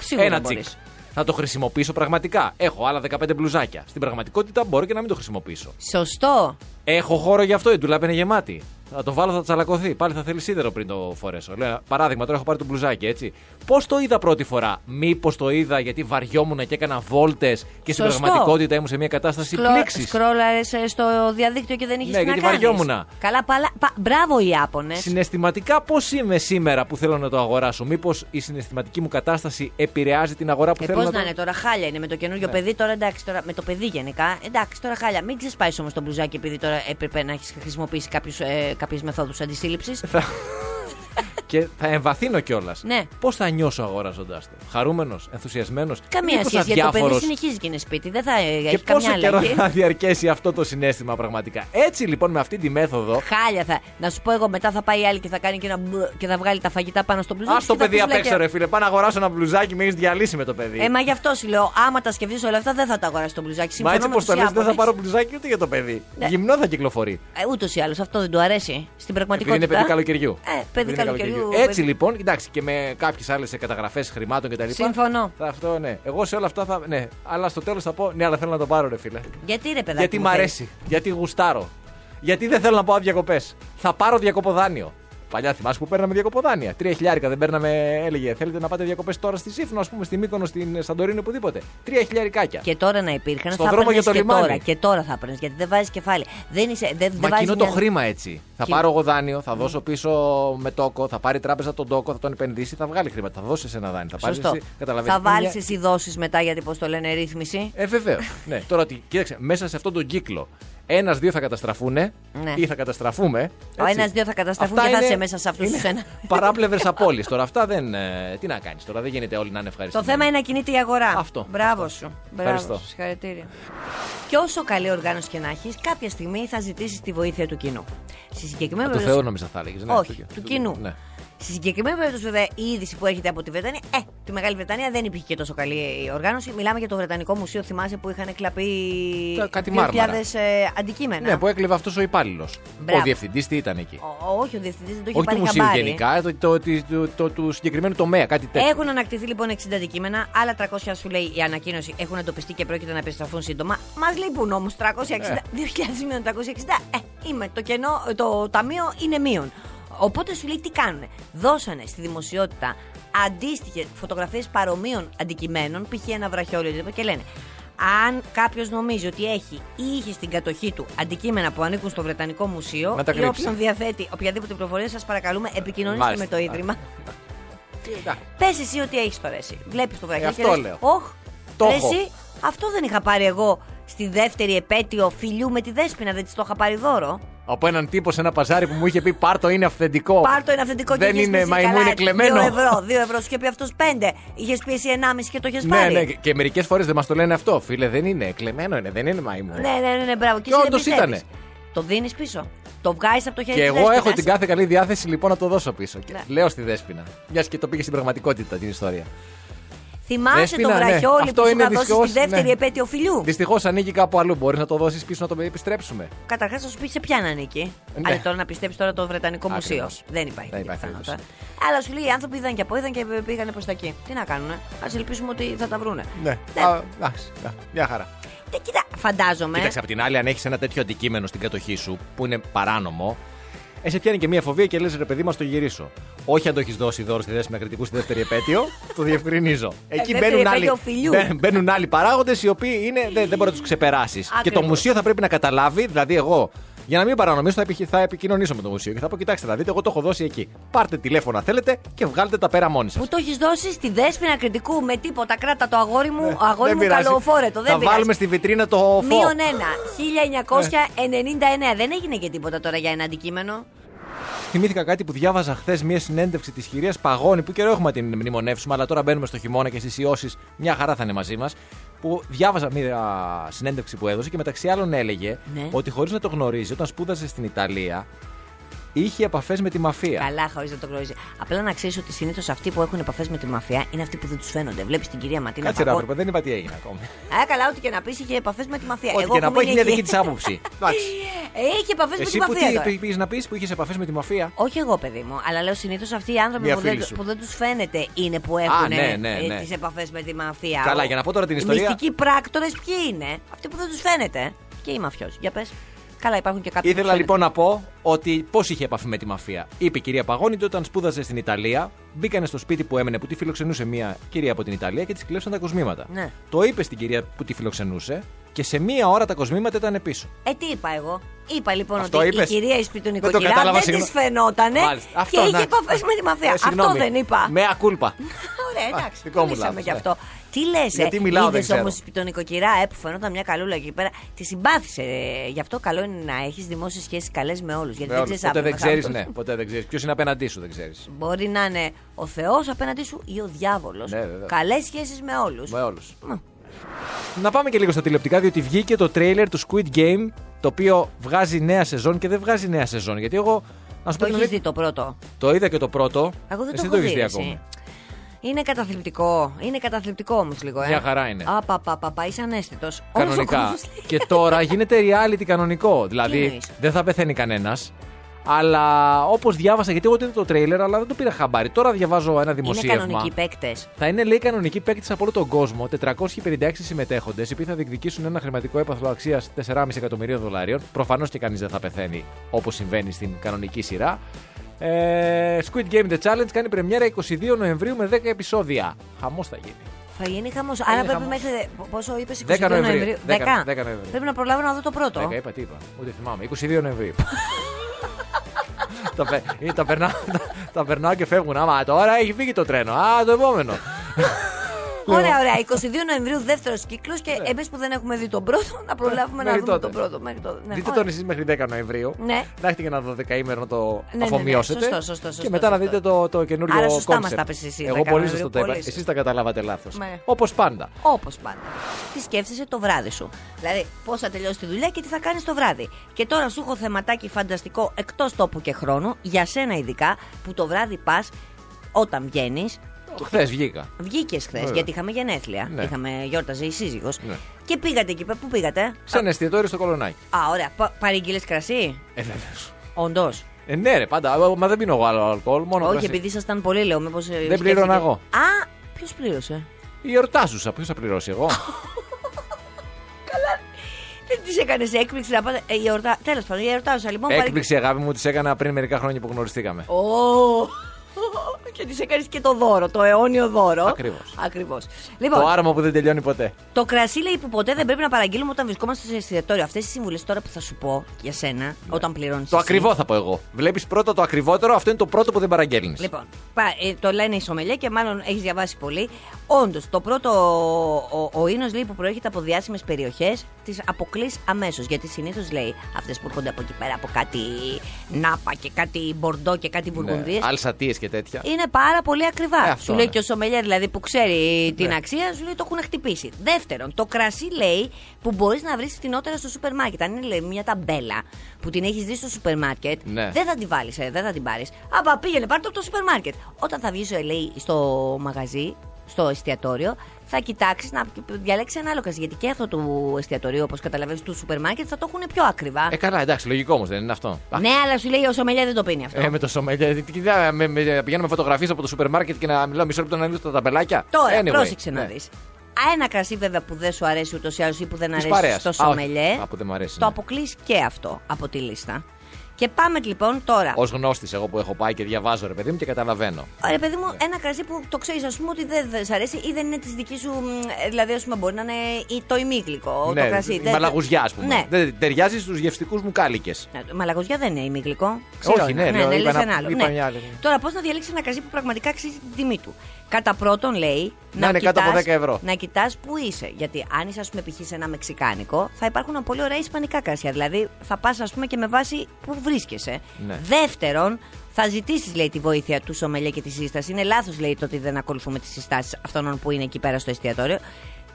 [SPEAKER 4] Σίγουρα
[SPEAKER 3] ένα
[SPEAKER 4] μπορείς.
[SPEAKER 3] τζιν. Θα το χρησιμοποιήσω πραγματικά. Έχω άλλα 15 μπλουζάκια. Στην πραγματικότητα μπορώ και να μην το χρησιμοποιήσω.
[SPEAKER 4] Σωστό.
[SPEAKER 3] Έχω χώρο γι' αυτό, η ντουλάπ είναι γεμάτη. Θα το βάλω, θα τσαλακωθεί. Πάλι θα θέλει σίδερο πριν το φορέσω. Λέω, παράδειγμα, τώρα έχω πάρει το μπλουζάκι, έτσι. Πώς το είδα πρώτη φορά. Μήπως το είδα γιατί βαριόμουν και έκανα βόλτες και στην
[SPEAKER 4] Σωστό.
[SPEAKER 3] πραγματικότητα ήμουν σε μια κατάσταση πλήξη.
[SPEAKER 4] Σκρόλαρε ε, στο διαδίκτυο και δεν είχες
[SPEAKER 3] Ναι,
[SPEAKER 4] τι να
[SPEAKER 3] γιατί
[SPEAKER 4] κάνεις.
[SPEAKER 3] βαριόμουνα.
[SPEAKER 4] Καλά, παλα... πα- μπράβο οι Ιάπωνες.
[SPEAKER 3] Συναισθηματικά, πώς είμαι σήμερα που θέλω να το αγοράσω. Μήπως η συναισθηματική μου κατάσταση επηρεάζει την αγορά που
[SPEAKER 4] Ε,
[SPEAKER 3] θέλω
[SPEAKER 4] πώς
[SPEAKER 3] να,
[SPEAKER 4] να
[SPEAKER 3] το- Ναι.
[SPEAKER 4] είναι τώρα, χάλια είναι με το καινούριο παιδί. Τώρα εντάξει, τώρα, με το παιδί γενικά. Εντάξει, τώρα χάλια. Μην ξεσπάει όμω το μπλουζάκι επειδή τώρα έπρεπε να έχεις χρησιμοποιήσει ε, κάποιες μεθόδους αντισύλληψης.
[SPEAKER 3] Και θα εμβαθύνω κιόλας.
[SPEAKER 4] Ναι.
[SPEAKER 3] Πώς θα νιώσω αγοράζοντά το. Χαρούμενος, ενθουσιασμένος.
[SPEAKER 4] Καμία σχέση γιατί το παιδί συνεχίζει και είναι σπίτι. Δεν θα ε,
[SPEAKER 3] Και
[SPEAKER 4] έχει καμιά
[SPEAKER 3] πόσο καιρό
[SPEAKER 4] αλλαγή.
[SPEAKER 3] θα διαρκέσει αυτό το συνέστημα πραγματικά. Έτσι λοιπόν με αυτή τη μέθοδο.
[SPEAKER 4] Χάλια θα. Να σου πω εγώ μετά θα πάει η άλλη και θα κάνει και, ένα μπλ και θα βγάλει τα φαγητά πάνω στο μπλουζάκι.
[SPEAKER 3] Ας το
[SPEAKER 4] και θα
[SPEAKER 3] παιδί
[SPEAKER 4] πεις,
[SPEAKER 3] απ'
[SPEAKER 4] λέει,
[SPEAKER 3] έξω, ρε φίλε. Πάω να αγοράσω ένα μπλουζάκι, με έχεις διαλύσει με το παιδί.
[SPEAKER 4] Ε, μα γι' αυτό σου λέω, άμα τα σκεφτείς όλα αυτά, δεν θα τα αγοράσεις το μπλουζάκι.
[SPEAKER 3] Μα
[SPEAKER 4] Συμφωνώ
[SPEAKER 3] έτσι
[SPEAKER 4] με
[SPEAKER 3] πως
[SPEAKER 4] τους
[SPEAKER 3] το λες, δεν θα
[SPEAKER 4] Ιάπωνες.
[SPEAKER 3] πάρω μπλουζάκι ούτε για το παιδί.
[SPEAKER 4] Ναι.
[SPEAKER 3] Γυμνό θα κυκλοφορεί.
[SPEAKER 4] Ε, Ούτως ή άλλως αυτό δεν του αρέσει στην
[SPEAKER 3] Επειδή
[SPEAKER 4] πραγματικότητα.
[SPEAKER 3] είναι παιδί καλοκαιριού.
[SPEAKER 4] Ε, παιδί
[SPEAKER 3] Επειδή είναι
[SPEAKER 4] καλοκαιριού,
[SPEAKER 3] Έτσι
[SPEAKER 4] παιδί-
[SPEAKER 3] λοιπόν, εντάξει, και με κάποιες άλλες καταγραφές χρημάτων κτλ.
[SPEAKER 4] Συμφωνώ.
[SPEAKER 3] Θα- Αυτό, ναι. Εγώ σε όλα αυτά θα. Ναι, αλλά στο τέλος θα πω ναι, αλλά θέλω να το πάρω, ρε φίλε.
[SPEAKER 4] Γιατί ρε παιδάκι.
[SPEAKER 3] Γιατί
[SPEAKER 4] μου,
[SPEAKER 3] μ'
[SPEAKER 4] θέλεις.
[SPEAKER 3] αρέσει. Γιατί γουστάρω. Γιατί δεν θέλω να πάω διακοπέ. Θα πάρω διακοποδάνιο. Παλιά θυμάσαι που παίρναμε διακοποδάνια. Τρία χιλιάρικα δεν παίρναμε, έλεγε. Θέλετε να πάτε διακοπές τώρα στη Σύφνο, ας πούμε, στη Μύκονο, στην Σαντορίνη, οπουδήποτε. Τρία χιλιαρικάκια.
[SPEAKER 4] Και τώρα να υπήρχαν.
[SPEAKER 3] Στον
[SPEAKER 4] θα
[SPEAKER 3] δρόμο για
[SPEAKER 4] έπαιρνες
[SPEAKER 3] το
[SPEAKER 4] και
[SPEAKER 3] λιμάνι.
[SPEAKER 4] Τώρα, και τώρα θα παίρνει γιατί δεν βάζεις κεφάλι. Δεν είσαι. Δεν, δεν
[SPEAKER 3] Μα
[SPEAKER 4] βάζεις
[SPEAKER 3] κοινό το
[SPEAKER 4] μια-
[SPEAKER 3] χρήμα έτσι. Θα
[SPEAKER 4] Κοινό.
[SPEAKER 3] πάρω εγώ δάνειο, θα δώσω πίσω με τόκο, θα πάρει η τράπεζα τον τόκο, θα τον επενδύσει, θα βγάλει χρήματα. Θα δώσεις ένα δάνειο. Θα πάρεις
[SPEAKER 4] Σωστό.
[SPEAKER 3] εσύ. καταλαβαίνεις.
[SPEAKER 4] Θα
[SPEAKER 3] Είναι
[SPEAKER 4] βάλει
[SPEAKER 3] μια-
[SPEAKER 4] εσύ δόσεις μετά γιατί πώς το λένε ρύθμιση.
[SPEAKER 3] Ε, βεβαίως. ναι. Τώρα, ότι- κοίταξε, μέσα σε αυτόν τον κύκλο, ένα-δύο θα καταστραφούν ή θα καταστραφούμε.
[SPEAKER 4] Ναι. Ο
[SPEAKER 3] έτσι.
[SPEAKER 4] ένας-δύο θα καταστραφούν
[SPEAKER 3] Αυτά
[SPEAKER 4] και θα
[SPEAKER 3] είναι-
[SPEAKER 4] είσαι μέσα σε αυτούς
[SPEAKER 3] είναι
[SPEAKER 4] τους ένα.
[SPEAKER 3] Παράπλευρες απώλειες. Τώρα αυτά δεν. ε, τι να κάνεις τώρα, δεν γίνεται όλοι να είναι
[SPEAKER 4] Το
[SPEAKER 3] ευχαριστημένοι.
[SPEAKER 4] θέμα είναι να κινείται η αγορά.
[SPEAKER 3] Αυτό.
[SPEAKER 4] Μπράβο
[SPEAKER 3] Αυτό.
[SPEAKER 4] σου.
[SPEAKER 3] Ευχαριστώ.
[SPEAKER 4] Μπράβο σου. Συγχαρητήρια. Και όσο καλή οργάνωση και να έχεις, κάποια στιγμή θα ζητήσεις τη βοήθεια του κοινού. Στη συγκεκριμένη
[SPEAKER 3] Α, Του
[SPEAKER 4] περίπτωση-
[SPEAKER 3] Θεού νόμιζα θα έλεγες.
[SPEAKER 4] Όχι, του κοινού.
[SPEAKER 3] Ναι.
[SPEAKER 4] Στη συγκεκριμένη περίπτωση, βέβαια, η είδηση που έρχεται από τη Βρετανία, ε, τη Μεγάλη Βρετανία δεν υπήρχε και τόσο καλή η οργάνωση. Μιλάμε για το Βρετανικό Μουσείο, θυμάσαι που είχαν κλαπεί
[SPEAKER 3] Τα- κάτι
[SPEAKER 4] 2.000 ε, αντικείμενα.
[SPEAKER 3] ναι, που έκλεβε αυτός ο υπάλληλος. Ο
[SPEAKER 4] Μπράβο.
[SPEAKER 3] διευθυντής τι ήταν εκεί.
[SPEAKER 4] Ο- ο- όχι, ο διευθυντής δεν το είχε
[SPEAKER 3] Όχι του
[SPEAKER 4] πάρει
[SPEAKER 3] μουσείου
[SPEAKER 4] χαμπάρι.
[SPEAKER 3] γενικά, το, το, τη- το- το- του συγκεκριμένου τομέα, κάτι τέτοιο.
[SPEAKER 4] Έχουν ανακτηθεί λοιπόν 60 αντικείμενα, άλλα 300 σου λέει η ανακοίνωση έχουν εντοπιστεί και πρόκειται να επιστραφούν σύντομα. Μας λείπουν όμως 360.
[SPEAKER 3] Ε.
[SPEAKER 4] 2.360. Ε, είμαι. Το, κενό, το ταμείο είναι μείον. Οπότε σου λέει τι κάνουνε. Δώσανε στη δημοσιότητα αντίστοιχες φωτογραφίες παρομοίων αντικειμένων, π.χ. ένα βραχιόλιο δηλαδή, και λένε. Αν κάποιος νομίζει ότι έχει ή είχε στην κατοχή του αντικείμενα που ανήκουν στο Βρετανικό Μουσείο,
[SPEAKER 3] Να τα
[SPEAKER 4] ή
[SPEAKER 3] κρύψει.
[SPEAKER 4] όποιον διαθέτει οποιαδήποτε πληροφορία, σας παρακαλούμε επικοινωνήστε
[SPEAKER 3] Μάλιστα.
[SPEAKER 4] με το Ίδρυμα.
[SPEAKER 3] Ε,
[SPEAKER 4] Πες εσύ ότι έχεις φορέσει. Βλέπεις το βραγείο.
[SPEAKER 3] Ε,
[SPEAKER 4] και
[SPEAKER 3] αυτό
[SPEAKER 4] λες,
[SPEAKER 3] λέω.
[SPEAKER 4] «Οχ,
[SPEAKER 3] Το
[SPEAKER 4] ρε
[SPEAKER 3] έχω».
[SPEAKER 4] εσύ, αυτό δεν είχα πάρει εγώ στη δεύτερη επέτειο φιλιού με τη δέσπινα, δεν της το είχα πάρει δώρο.
[SPEAKER 3] Από έναν τύπο σε ένα παζάρι που μου είχε πει Πάρτο είναι αυθεντικό.
[SPEAKER 4] Πάρ το ένα αυθεντικό
[SPEAKER 3] Δεν
[SPEAKER 4] και είχες
[SPEAKER 3] είναι,
[SPEAKER 4] πει εσύ,
[SPEAKER 3] μαϊμού,
[SPEAKER 4] «Καλά,
[SPEAKER 3] είναι κλεμμένο».
[SPEAKER 4] Δύο ευρώ, δύο ευρώ σου είχε πει αυτός πέντε. Είχες πει εσύ ενάμιση και το είχες
[SPEAKER 3] Ναι,
[SPEAKER 4] πάρει.
[SPEAKER 3] ναι, και μερικές φορές δεν μας το λένε αυτό. Φίλε, δεν είναι. Κλεμμένο είναι, δεν είναι μαϊμού.
[SPEAKER 4] ναι, ναι, ναι, ναι, μπράβο.
[SPEAKER 3] Και
[SPEAKER 4] Και, εσύ δεν
[SPEAKER 3] όντως
[SPEAKER 4] πιστεύεις.
[SPEAKER 3] ήτανε.
[SPEAKER 4] Το δίνεις πίσω. Το βγάζεις από το χέρι
[SPEAKER 3] Και
[SPEAKER 4] της
[SPEAKER 3] εγώ
[SPEAKER 4] δέσποινας.
[SPEAKER 3] έχω την κάθε καλή διάθεση λοιπόν να το δώσω πίσω. Και
[SPEAKER 4] Ναι.
[SPEAKER 3] Λέω στη Δέσποινα. Μιας και το πήγε στην πραγματικότητα την ιστορία.
[SPEAKER 4] Θυμάσαι το
[SPEAKER 3] Δέσποινα, ναι.
[SPEAKER 4] βραχιόλι
[SPEAKER 3] Αυτό
[SPEAKER 4] που σου
[SPEAKER 3] είναι
[SPEAKER 4] είχα δώσει στη
[SPEAKER 3] δυστυχώς,
[SPEAKER 4] δεύτερη
[SPEAKER 3] ναι.
[SPEAKER 4] επέτειο φιλιού.
[SPEAKER 3] Δυστυχώς ανοίγει κάπου αλλού. Μπορείς να το δώσεις πίσω να το επιστρέψουμε.
[SPEAKER 4] Καταρχάς θα σου πει σε ποιαν ανήκει.
[SPEAKER 3] Ναι.
[SPEAKER 4] Αλλά τώρα να πιστέψεις τώρα το Βρετανικό
[SPEAKER 3] Ακριβώς.
[SPEAKER 4] Μουσείο. Δεν υπάρχει.
[SPEAKER 3] Δεν
[SPEAKER 4] τέτοια
[SPEAKER 3] υπάρχει
[SPEAKER 4] πιθανότητα. Αλλά σου λέει οι άνθρωποι είδαν και από είδαν και πήγανε προς τα εκεί. Τι να κάνουν, ας ελπίσουμε ότι θα τα βρούνε. Δεν-
[SPEAKER 3] Ναι. Α, εντάξει, α, μια χαρά.
[SPEAKER 4] Ε, κοίτα, φαντάζομαι.
[SPEAKER 3] Κοίταξε, απ' την άλλη, αν έχεις ένα τέτοιο αντικείμενο στην κατοχή σου που είναι παράνομο, ε, σε πιάνει και μια φοβία και λες ρε παιδί μα το γυρίσω. Όχι αν το έχεις δώσει δώρο στη δέσμη κριτικού στη δεύτερη επέτειο, το διευκρινίζω. Εκεί
[SPEAKER 4] Ε, δεύτερη
[SPEAKER 3] μπαίνουν άλλοι,
[SPEAKER 4] επέτειο φιλιού.
[SPEAKER 3] μπαι- μπαίνουν άλλοι παράγοντες οι οποίοι είναι, δεν, δεν μπορείς να τους ξεπεράσεις. Και το
[SPEAKER 4] Ακριβώς.
[SPEAKER 3] μουσείο θα πρέπει να καταλάβει, δηλαδή εγώ, για να μην παρανομήσω, θα, επιχει- θα επικοινωνήσω με το μουσείο και θα πω: Κοιτάξτε, να δείτε, εγώ το έχω δώσει εκεί. Πάρτε τηλέφωνο αν θέλετε και βγάλτε τα πέρα μόνοι σας.
[SPEAKER 4] Που το έχεις δώσει στη δέσπινα κριτικού με τίποτα. Κράτα το αγόρι μου, αγόρι
[SPEAKER 3] Ναι. Δεν
[SPEAKER 4] μου
[SPEAKER 3] πειράζει.
[SPEAKER 4] καλοφόρετο. Δεν
[SPEAKER 3] θα
[SPEAKER 4] πειράζει.
[SPEAKER 3] βάλουμε στη βιτρίνα το φω.
[SPEAKER 4] Μείον ένα, 1999. Δεν έγινε και τίποτα τώρα για ένα αντικείμενο.
[SPEAKER 3] Θυμήθηκα κάτι που διάβαζα χθες μια συνέντευξη της κυρία Παγώνη που καιρό έχουμε να την μνημονεύσουμε, αλλά τώρα μπαίνουμε στο χειμώνα και στις ιώσεις μια χαρά θα είναι μαζί μας. Που διάβαζα μια συνέντευξη που έδωσε και μεταξύ άλλων έλεγε
[SPEAKER 4] Ναι.
[SPEAKER 3] ότι χωρίς να το γνωρίζει, όταν σπούδασε στην Ιταλία, είχε επαφές με τη μαφία.
[SPEAKER 4] Καλά, χωρίς να το γνωρίζει. Απλά να ξέρεις ότι συνήθως αυτοί που έχουν επαφές με τη μαφία είναι αυτοί που δεν τους φαίνονται. Βλέπεις την κυρία Ματίνα.
[SPEAKER 3] Κάτσε ρε
[SPEAKER 4] Παπό-
[SPEAKER 3] άνθρωπε, δεν είπα τι έγινε ακόμη.
[SPEAKER 4] Α, καλά, ό,τι και να πεις είχε επαφές με τη μαφία.
[SPEAKER 3] Ό,τι
[SPEAKER 4] Εγώ
[SPEAKER 3] και να
[SPEAKER 4] έχω
[SPEAKER 3] πω έχει
[SPEAKER 4] μείνει
[SPEAKER 3] μια
[SPEAKER 4] εκεί.
[SPEAKER 3] δική της άποψη. Εντάξει.
[SPEAKER 4] Έχει επαφές με τη
[SPEAKER 3] Εσύ που
[SPEAKER 4] μαφία. τώρα.
[SPEAKER 3] τι πήγε να πεις που είχες επαφές με τη μαφία.
[SPEAKER 4] Όχι εγώ, παιδί μου, αλλά λέω συνήθως αυτοί οι άνθρωποι
[SPEAKER 3] Μια
[SPEAKER 4] που
[SPEAKER 3] φίλη
[SPEAKER 4] δεν,
[SPEAKER 3] σου.
[SPEAKER 4] που δεν τους φαίνεται είναι που έχουν
[SPEAKER 3] ναι, ναι, ναι.
[SPEAKER 4] τις επαφές με τη μαφία.
[SPEAKER 3] Καλά,
[SPEAKER 4] Ο-
[SPEAKER 3] για να πω τώρα την
[SPEAKER 4] οι
[SPEAKER 3] ιστορία.
[SPEAKER 4] Μυστικοί πράκτορες ποιοι είναι, αυτοί που δεν τους φαίνεται. Και η μαφιό. Για πες. Καλά, υπάρχουν και κάποιοι. που
[SPEAKER 3] Ήθελα
[SPEAKER 4] τους
[SPEAKER 3] λοιπόν να πω ότι πώς είχε επαφή με τη μαφία. Είπε η κυρία Παγώνη ότι όταν σπούδαζε στην Ιταλία, μπήκανε στο σπίτι που έμενε που τη φιλοξενούσε μια κυρία από την Ιταλία και της κλέψαν τα κοσμήματα.
[SPEAKER 4] Ναι.
[SPEAKER 3] Το είπε στην κυρία που τη φιλοξενούσε και σε μία ώρα τα κοσμήματα ήταν πίσω.
[SPEAKER 4] φαίνεται. Ε, τι είπα εγώ. Είπα λοιπόν
[SPEAKER 3] Αυτό
[SPEAKER 4] ότι
[SPEAKER 3] είπες?
[SPEAKER 4] η κυρία η σπιτουνικοκυρά
[SPEAKER 3] Δεν το κατάλαβα,
[SPEAKER 4] δεν τη
[SPEAKER 3] συγγνώμη.
[SPEAKER 4] φαινότανε
[SPEAKER 3] Μάλιστα.
[SPEAKER 4] ναι. και
[SPEAKER 3] Αυτό,
[SPEAKER 4] είχε
[SPEAKER 3] να-
[SPEAKER 4] επαφές με τη μαφία.
[SPEAKER 3] Ε,
[SPEAKER 4] Αυτό
[SPEAKER 3] συγγνώμη.
[SPEAKER 4] δεν είπα.
[SPEAKER 3] Με ακούλπα.
[SPEAKER 4] Ωραία,
[SPEAKER 3] Α,
[SPEAKER 4] εντάξει.
[SPEAKER 3] δικό μου
[SPEAKER 4] Κλείσαμε
[SPEAKER 3] λάθος,
[SPEAKER 4] γι'
[SPEAKER 3] ναι.
[SPEAKER 4] αυτό. Τι ε? λες,
[SPEAKER 3] Γιατί μιλάω, δεν ξέρω.
[SPEAKER 4] όμως την νοικοκυρά, ε, που φαινόταν μια καλούλα εκεί πέρα. Τη συμπάθησε. ε, Γι' αυτό καλό είναι να έχεις δημόσιες σχέσεις καλές με όλους. Γιατί
[SPEAKER 3] Με όλους.
[SPEAKER 4] δεν ξέρεις
[SPEAKER 3] Ποτέ δεν ξέρεις, ναι, ποτέ δεν ξέρεις. Ποιος είναι απέναντί σου, δεν ξέρεις.
[SPEAKER 4] Μπορεί να είναι ο Θεός απέναντί σου ή ο διάβολος.
[SPEAKER 3] Ναι, βέβαια.
[SPEAKER 4] καλές σχέσεις με όλους.
[SPEAKER 3] Με όλους.
[SPEAKER 4] Μα.
[SPEAKER 3] Να πάμε και λίγο στα τηλεοπτικά, διότι βγήκε το τρέιλερ του Squid Game, το οποίο βγάζει νέα σεζόν και δεν βγάζει νέα σεζόν. Γιατί εγώ. Να σου πω την
[SPEAKER 4] Το έχει
[SPEAKER 3] αλήθεια,
[SPEAKER 4] δει το πρώτο.
[SPEAKER 3] το είδα και το πρώτο.
[SPEAKER 4] Εγώ δεν
[SPEAKER 3] Εσύ
[SPEAKER 4] το έχω
[SPEAKER 3] έχεις
[SPEAKER 4] δει.
[SPEAKER 3] δει
[SPEAKER 4] εσύ.
[SPEAKER 3] ακόμη.
[SPEAKER 4] Είναι καταθλιπτικό. Είναι καταθλιπτικό όμως λίγο, ε.
[SPEAKER 3] Μια χαρά είναι.
[SPEAKER 4] Α, πα, πα, πα, πα, είσαι ανέστητος.
[SPEAKER 3] Κανονικά. και τώρα γίνεται reality κανονικό. Δηλαδή
[SPEAKER 4] εννοείς?
[SPEAKER 3] δεν θα πεθαίνει κανένας. Αλλά όπως διάβασα, γιατί εγώ το είδα το τρέιλερ, αλλά δεν το πήρα χαμπάρι. Τώρα διαβάζω ένα
[SPEAKER 4] Είναι
[SPEAKER 3] δημοσίευμα.
[SPEAKER 4] κανονικοί παίκτες.
[SPEAKER 3] Θα είναι, λέει, κανονικοί παίκτες από όλο τον κόσμο, 456 συμμετέχοντες, οι οποίοι θα διεκδικήσουν ένα χρηματικό έπαθλο αξίας 4,5 εκατομμυρίων δολαρίων. Προφανώς και κανείς δεν θα πεθαίνει όπως συμβαίνει στην κανονική σειρά. Ε, Squid Game The Challenge κάνει πρεμιέρα 22 Νοεμβρίου με 10 επεισόδια. Χαμός θα γίνει.
[SPEAKER 4] Θα γίνει χαμός. Άρα πρέπει
[SPEAKER 3] χαμός.
[SPEAKER 4] μέχρι. Πόσο είπες, 22
[SPEAKER 3] 10 Νοεμβρίου.
[SPEAKER 4] Νοεμβρίου.
[SPEAKER 3] 10,
[SPEAKER 4] 10.
[SPEAKER 3] 10 Νοεμβρίου.
[SPEAKER 4] Πρέπει να προλάβω να δω το πρώτο.
[SPEAKER 3] 10 είπα, τι είπα. Ούτε θυμάμαι. 22 Νοεμβρίου. τα, πε- ε, τα, περνάω, τα, τα περνάω και φεύγουν. Άμα τώρα έχει φύγει το τρένο. Α, το επόμενο.
[SPEAKER 4] Ωραία, ωραία. 22 Νοεμβρίου δεύτερος κύκλος και εμείς που δεν έχουμε δει τον πρώτο να
[SPEAKER 3] Ναι.
[SPEAKER 4] προλάβουμε να
[SPEAKER 3] Μέχρι
[SPEAKER 4] δούμε
[SPEAKER 3] τότε.
[SPEAKER 4] τον πρώτο. Μέχρι τότε. Ναι,
[SPEAKER 3] Δείτε
[SPEAKER 4] ωραία.
[SPEAKER 3] τον εσεί μέχρι 10 Νοεμβρίου.
[SPEAKER 4] Ναι.
[SPEAKER 3] Να έχετε και ένα 12 να το
[SPEAKER 4] ναι, ναι.
[SPEAKER 3] αφομοιώσετε.
[SPEAKER 4] Σωστό, σωστό, σωστό,
[SPEAKER 3] και μετά να
[SPEAKER 4] σωστό.
[SPEAKER 3] δείτε το, το καινούριο
[SPEAKER 4] Άρα σωστά
[SPEAKER 3] concept.
[SPEAKER 4] μας τα πες εσύ,
[SPEAKER 3] Εγώ πολύ
[SPEAKER 4] 10 Νοεμβρίου,
[SPEAKER 3] σωστά τα είπα.
[SPEAKER 4] πολύ
[SPEAKER 3] Εσείς τα καταλάβατε λάθος.
[SPEAKER 4] Ναι.
[SPEAKER 3] Όπως πάντα.
[SPEAKER 4] Όπως πάντα. Τι σκέφτεσαι το βράδυ σου. Δηλαδή, πώς θα τελειώσει τη δουλειά και τι θα κάνεις το βράδυ. Και τώρα σου έχω θεματάκι φανταστικό εκτός τόπου και χρόνου, για σένα ειδικά, που το βράδυ πας όταν βγαίνεις.
[SPEAKER 3] Χθες βγήκα.
[SPEAKER 4] Βγήκες χθες,
[SPEAKER 3] Βέβαια.
[SPEAKER 4] γιατί είχαμε γενέθλια.
[SPEAKER 3] Ναι.
[SPEAKER 4] Είχαμε γιόρταζε η σύζυγος.
[SPEAKER 3] Ναι.
[SPEAKER 4] Και πήγατε εκεί πέρα. Πού πήγατε,
[SPEAKER 3] Σε ένα εστιατόριο στο κολονάκι.
[SPEAKER 4] Α, ωραία. Πα- Παρήγγειλες κρασί,
[SPEAKER 3] Ε, βέβαια.
[SPEAKER 4] όντως.
[SPEAKER 3] Ε, ναι, ρε, πάντα. Μα δεν πίνω εγώ άλλο αλκοόλ. Μόνο
[SPEAKER 4] Όχι,
[SPEAKER 3] κρασί.
[SPEAKER 4] επειδή ήσασταν πολύ, λέω. Μήπως, ε, σκέφτηκε-
[SPEAKER 3] πλήρωνα εγώ.
[SPEAKER 4] Α, ποιος πλήρωσε.
[SPEAKER 3] Η εορτάζουσα. Ποιος θα πληρώσει εγώ.
[SPEAKER 4] Δεν της έκανες έκπληξη να πάτε. Ε, η εορτά... Τέλος πάντων, η εορτάζουσα λοιπόν. παρήγγειλε-
[SPEAKER 3] Έκπληξη αγάπη μου της έκανα πριν μερικά χρόνια που γνωριστήκαμε.
[SPEAKER 4] Λοιπόν. Ω! και της έκανες και το δώρο, το αιώνιο δώρο.
[SPEAKER 3] Ακριβώς.
[SPEAKER 4] Ακριβώς. Λοιπόν,
[SPEAKER 3] Το
[SPEAKER 4] το,
[SPEAKER 3] άρωμα που δεν τελειώνει ποτέ.
[SPEAKER 4] κρασί λέει που ποτέ δεν πρέπει να παραγγείλουμε όταν βρισκόμαστε σε εστιατόριο. Αυτές οι συμβουλές τώρα που θα σου πω για σένα, όταν πληρώνεις.
[SPEAKER 3] Ναι. Το ακριβό θα πω εγώ. Βλέπεις πρώτα το ακριβότερο, αυτό είναι το πρώτο που δεν παραγγέλνεις.
[SPEAKER 4] Λοιπόν, πα- ε, το λένε οι σομελιέ και μάλλον έχεις διαβάσει πολύ. Όντως, το πρώτο, ο, ο, ίνος λέει που προέρχεται από διάσημες περιοχές, τις αποκλείς αμέσως. Γιατί συνήθως λέει αυτές που έρχονται από εκεί πέρα, από κάτι Νάπα και κάτι Μπορντό και κάτι Βουργουνδίε.
[SPEAKER 3] Αλσατίε Ναι, και τέτοια.
[SPEAKER 4] είναι πάρα πολύ ακριβά.
[SPEAKER 3] Ε, αυτό Ναι.
[SPEAKER 4] σου λέει
[SPEAKER 3] είναι.
[SPEAKER 4] και ο Σομελιέ δηλαδή που ξέρει την αξία, σου λέει το έχουν χτυπήσει. Δεύτερον, το κρασί λέει που μπορείς να βρεις φθηνότερα στο σούπερ μάρκετ. Αν είναι λέει, μια ταμπέλα που την έχεις δει στο σούπερ μάρκετ,
[SPEAKER 3] Ναι.
[SPEAKER 4] δεν θα την βάλει, δεν θα την πάρεις. Απα πήγαινε, πάρ' το από το σούπερ μάρκετ. Όταν θα βγεις, λέει, στο μαγαζί, στο εστιατόριο, θα κοιτάξεις να διαλέξεις ένα άλλο κρασί. Γιατί και αυτό του εστιατορίου, όπως καταλαβαίνεις, του σούπερ μάρκετ θα το έχουν πιο ακριβά.
[SPEAKER 3] Ε, καλά, εντάξει, λογικό όμως δεν είναι αυτό. Α,
[SPEAKER 4] ναι, αλλά σου λέει ο Σομελιέ δεν το πίνει αυτό.
[SPEAKER 3] Ε, με το σομελιέ. τι- Κοιτά, με, με, να πηγαίνω με φωτογραφίες από το σούπερ μάρκετ και να μιλάω μισό λεπτό να ανοίξω τα ταμπελάκια.
[SPEAKER 4] Τώρα,
[SPEAKER 3] Anyway,
[SPEAKER 4] πρόσεξε να
[SPEAKER 3] ναι.
[SPEAKER 4] δεις. Ένα κρασί βέβαια που δεν σου αρέσει ούτως ή άλλως ή που δεν αρέσει
[SPEAKER 3] παρέας.
[SPEAKER 4] στο
[SPEAKER 3] Α, όχι.
[SPEAKER 4] σομελιέ.
[SPEAKER 3] Α, που δεν μ' αρέσει,
[SPEAKER 4] Το
[SPEAKER 3] ναι.
[SPEAKER 4] αποκλείς και αυτό από τη λίστα. Και πάμε λοιπόν τώρα.
[SPEAKER 3] Ως γνώστης, εγώ που έχω πάει και διαβάζω, ρε παιδί μου, και καταλαβαίνω.
[SPEAKER 4] Ωραία, παιδί
[SPEAKER 3] Ναι.
[SPEAKER 4] μου, ένα κρασί που το ξέρεις, ας πούμε, ότι δεν δεν σ' αρέσει ή δεν είναι της δικής σου. μ, ε, Δηλαδή, ας πούμε, μπορεί να είναι ή το ημίγλικο
[SPEAKER 3] ναι,
[SPEAKER 4] το κρασί.
[SPEAKER 3] η
[SPEAKER 4] Δεν-
[SPEAKER 3] μαλαγουζιά, ας πούμε.
[SPEAKER 4] Ναι.
[SPEAKER 3] Δεν ταιριάζει στους γευστικούς μου κάλικες.
[SPEAKER 4] Ναι, Μαλαγουζιά δεν είναι ημίγλικο.
[SPEAKER 3] Όχι, ναι, λέω, είπα
[SPEAKER 4] λες
[SPEAKER 3] να-
[SPEAKER 4] ένα άλλο.
[SPEAKER 3] είπα
[SPEAKER 4] ναι.
[SPEAKER 3] μια άλλη.
[SPEAKER 4] Τώρα, πώς να διαλέξεις ένα καζί που πραγματικά αξίζει την τιμή του. Κατά πρώτον, λέει. Ναι,
[SPEAKER 3] Να είναι κάτω από 10 ευρώ.
[SPEAKER 4] Να κοιτάς που είσαι. Γιατί αν είσαι, ας πούμε, π.χ. σε ένα μεξικάνικο, θα υπάρχουν πολύ ωραία ισπανικά κρασιά. Δηλαδή, θα πας, ας πούμε, και με βάση που βρίσκεσαι.
[SPEAKER 3] Ναι.
[SPEAKER 4] Δεύτερον, θα ζητήσεις, λέει, τη βοήθεια του σομελιέ και τη σύσταση. Είναι λάθος, λέει, το ότι δεν ακολουθούμε τις συστάσεις αυτών που είναι εκεί πέρα στο εστιατόριο.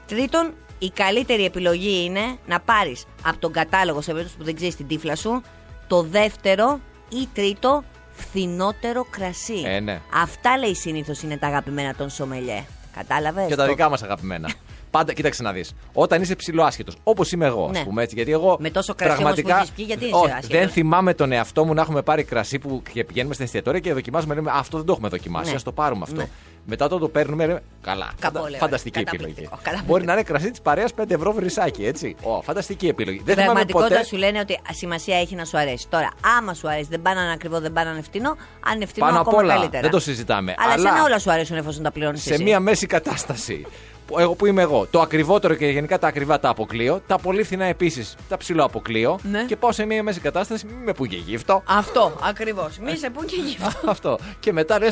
[SPEAKER 4] Τρίτον, η καλύτερη επιλογή είναι να πάρεις από τον κατάλογο σε περίπτωση που δεν ξέρεις την τύφλα σου το δεύτερο Ή τρίτο, φθηνότερο κρασί.
[SPEAKER 3] Ε, ναι.
[SPEAKER 4] Αυτά λέει συνήθως είναι τα αγαπημένα των σομελιέ. Κατάλαβες.
[SPEAKER 3] Και τα δικά μας αγαπημένα. Πάντα, κοίταξε να δεις. Όταν είσαι ψηλό άσχετος, όπως είμαι εγώ, ας
[SPEAKER 4] Ναι.
[SPEAKER 3] πούμε έτσι. Γιατί εγώ.
[SPEAKER 4] Με τόσο κρασί όμως που έχεις πιει, γιατί είσαι
[SPEAKER 3] Όχι,
[SPEAKER 4] άσχετος.
[SPEAKER 3] δεν θυμάμαι τον εαυτό μου να έχουμε πάρει κρασί που και πηγαίνουμε στα εστιατόρια και δοκιμάζουμε. Λέμε Αυτό δεν το έχουμε δοκιμάσει.
[SPEAKER 4] Ναι.
[SPEAKER 3] Ας το πάρουμε αυτό.
[SPEAKER 4] Ναι.
[SPEAKER 3] Μετά όταν το παίρνουμε, λέμε Καλά.
[SPEAKER 4] Καμπό,
[SPEAKER 3] φαντα-
[SPEAKER 4] λέω,
[SPEAKER 3] φανταστική
[SPEAKER 4] καταπληκτικό,
[SPEAKER 3] επιλογή.
[SPEAKER 4] καταπληκτικό.
[SPEAKER 3] Μπορεί να είναι κρασί τη παρέα 5 ευρώ βρυσάκι, έτσι. Ω, φανταστική επιλογή. Δεν
[SPEAKER 4] Στην
[SPEAKER 3] θυμάμαι
[SPEAKER 4] πραγματικότητα
[SPEAKER 3] ποτέ.
[SPEAKER 4] σου λένε ότι σημασία έχει να σου αρέσει. Τώρα, άμα σου αρέσει, δεν πάνε ακριβό, δεν πάνε ανευθυνό. Αν ευθυνό,
[SPEAKER 3] Πάνω απ'
[SPEAKER 4] ακόμα
[SPEAKER 3] όλα.
[SPEAKER 4] καλύτερα.
[SPEAKER 3] Δεν το συζητάμε.
[SPEAKER 4] Αλλά,
[SPEAKER 3] Αλλά-
[SPEAKER 4] σε όλα σου αρέσουν εφόσον τα πληρώνεις.
[SPEAKER 3] σε μία μέση κατάσταση. Που, εγώ, που είμαι εγώ. Το ακριβότερο και γενικά τα ακριβά τα αποκλείω. Τα πολύ φθηνά επίσης τα ψηλό αποκλείω.
[SPEAKER 4] Ναι.
[SPEAKER 3] Και πάω σε μία μέση κατάσταση. Μη με που και γύφτο.
[SPEAKER 4] Αυτό ακριβώς. Μη σε πού και γι' αυτό.
[SPEAKER 3] Αυτό. Και μετά λες,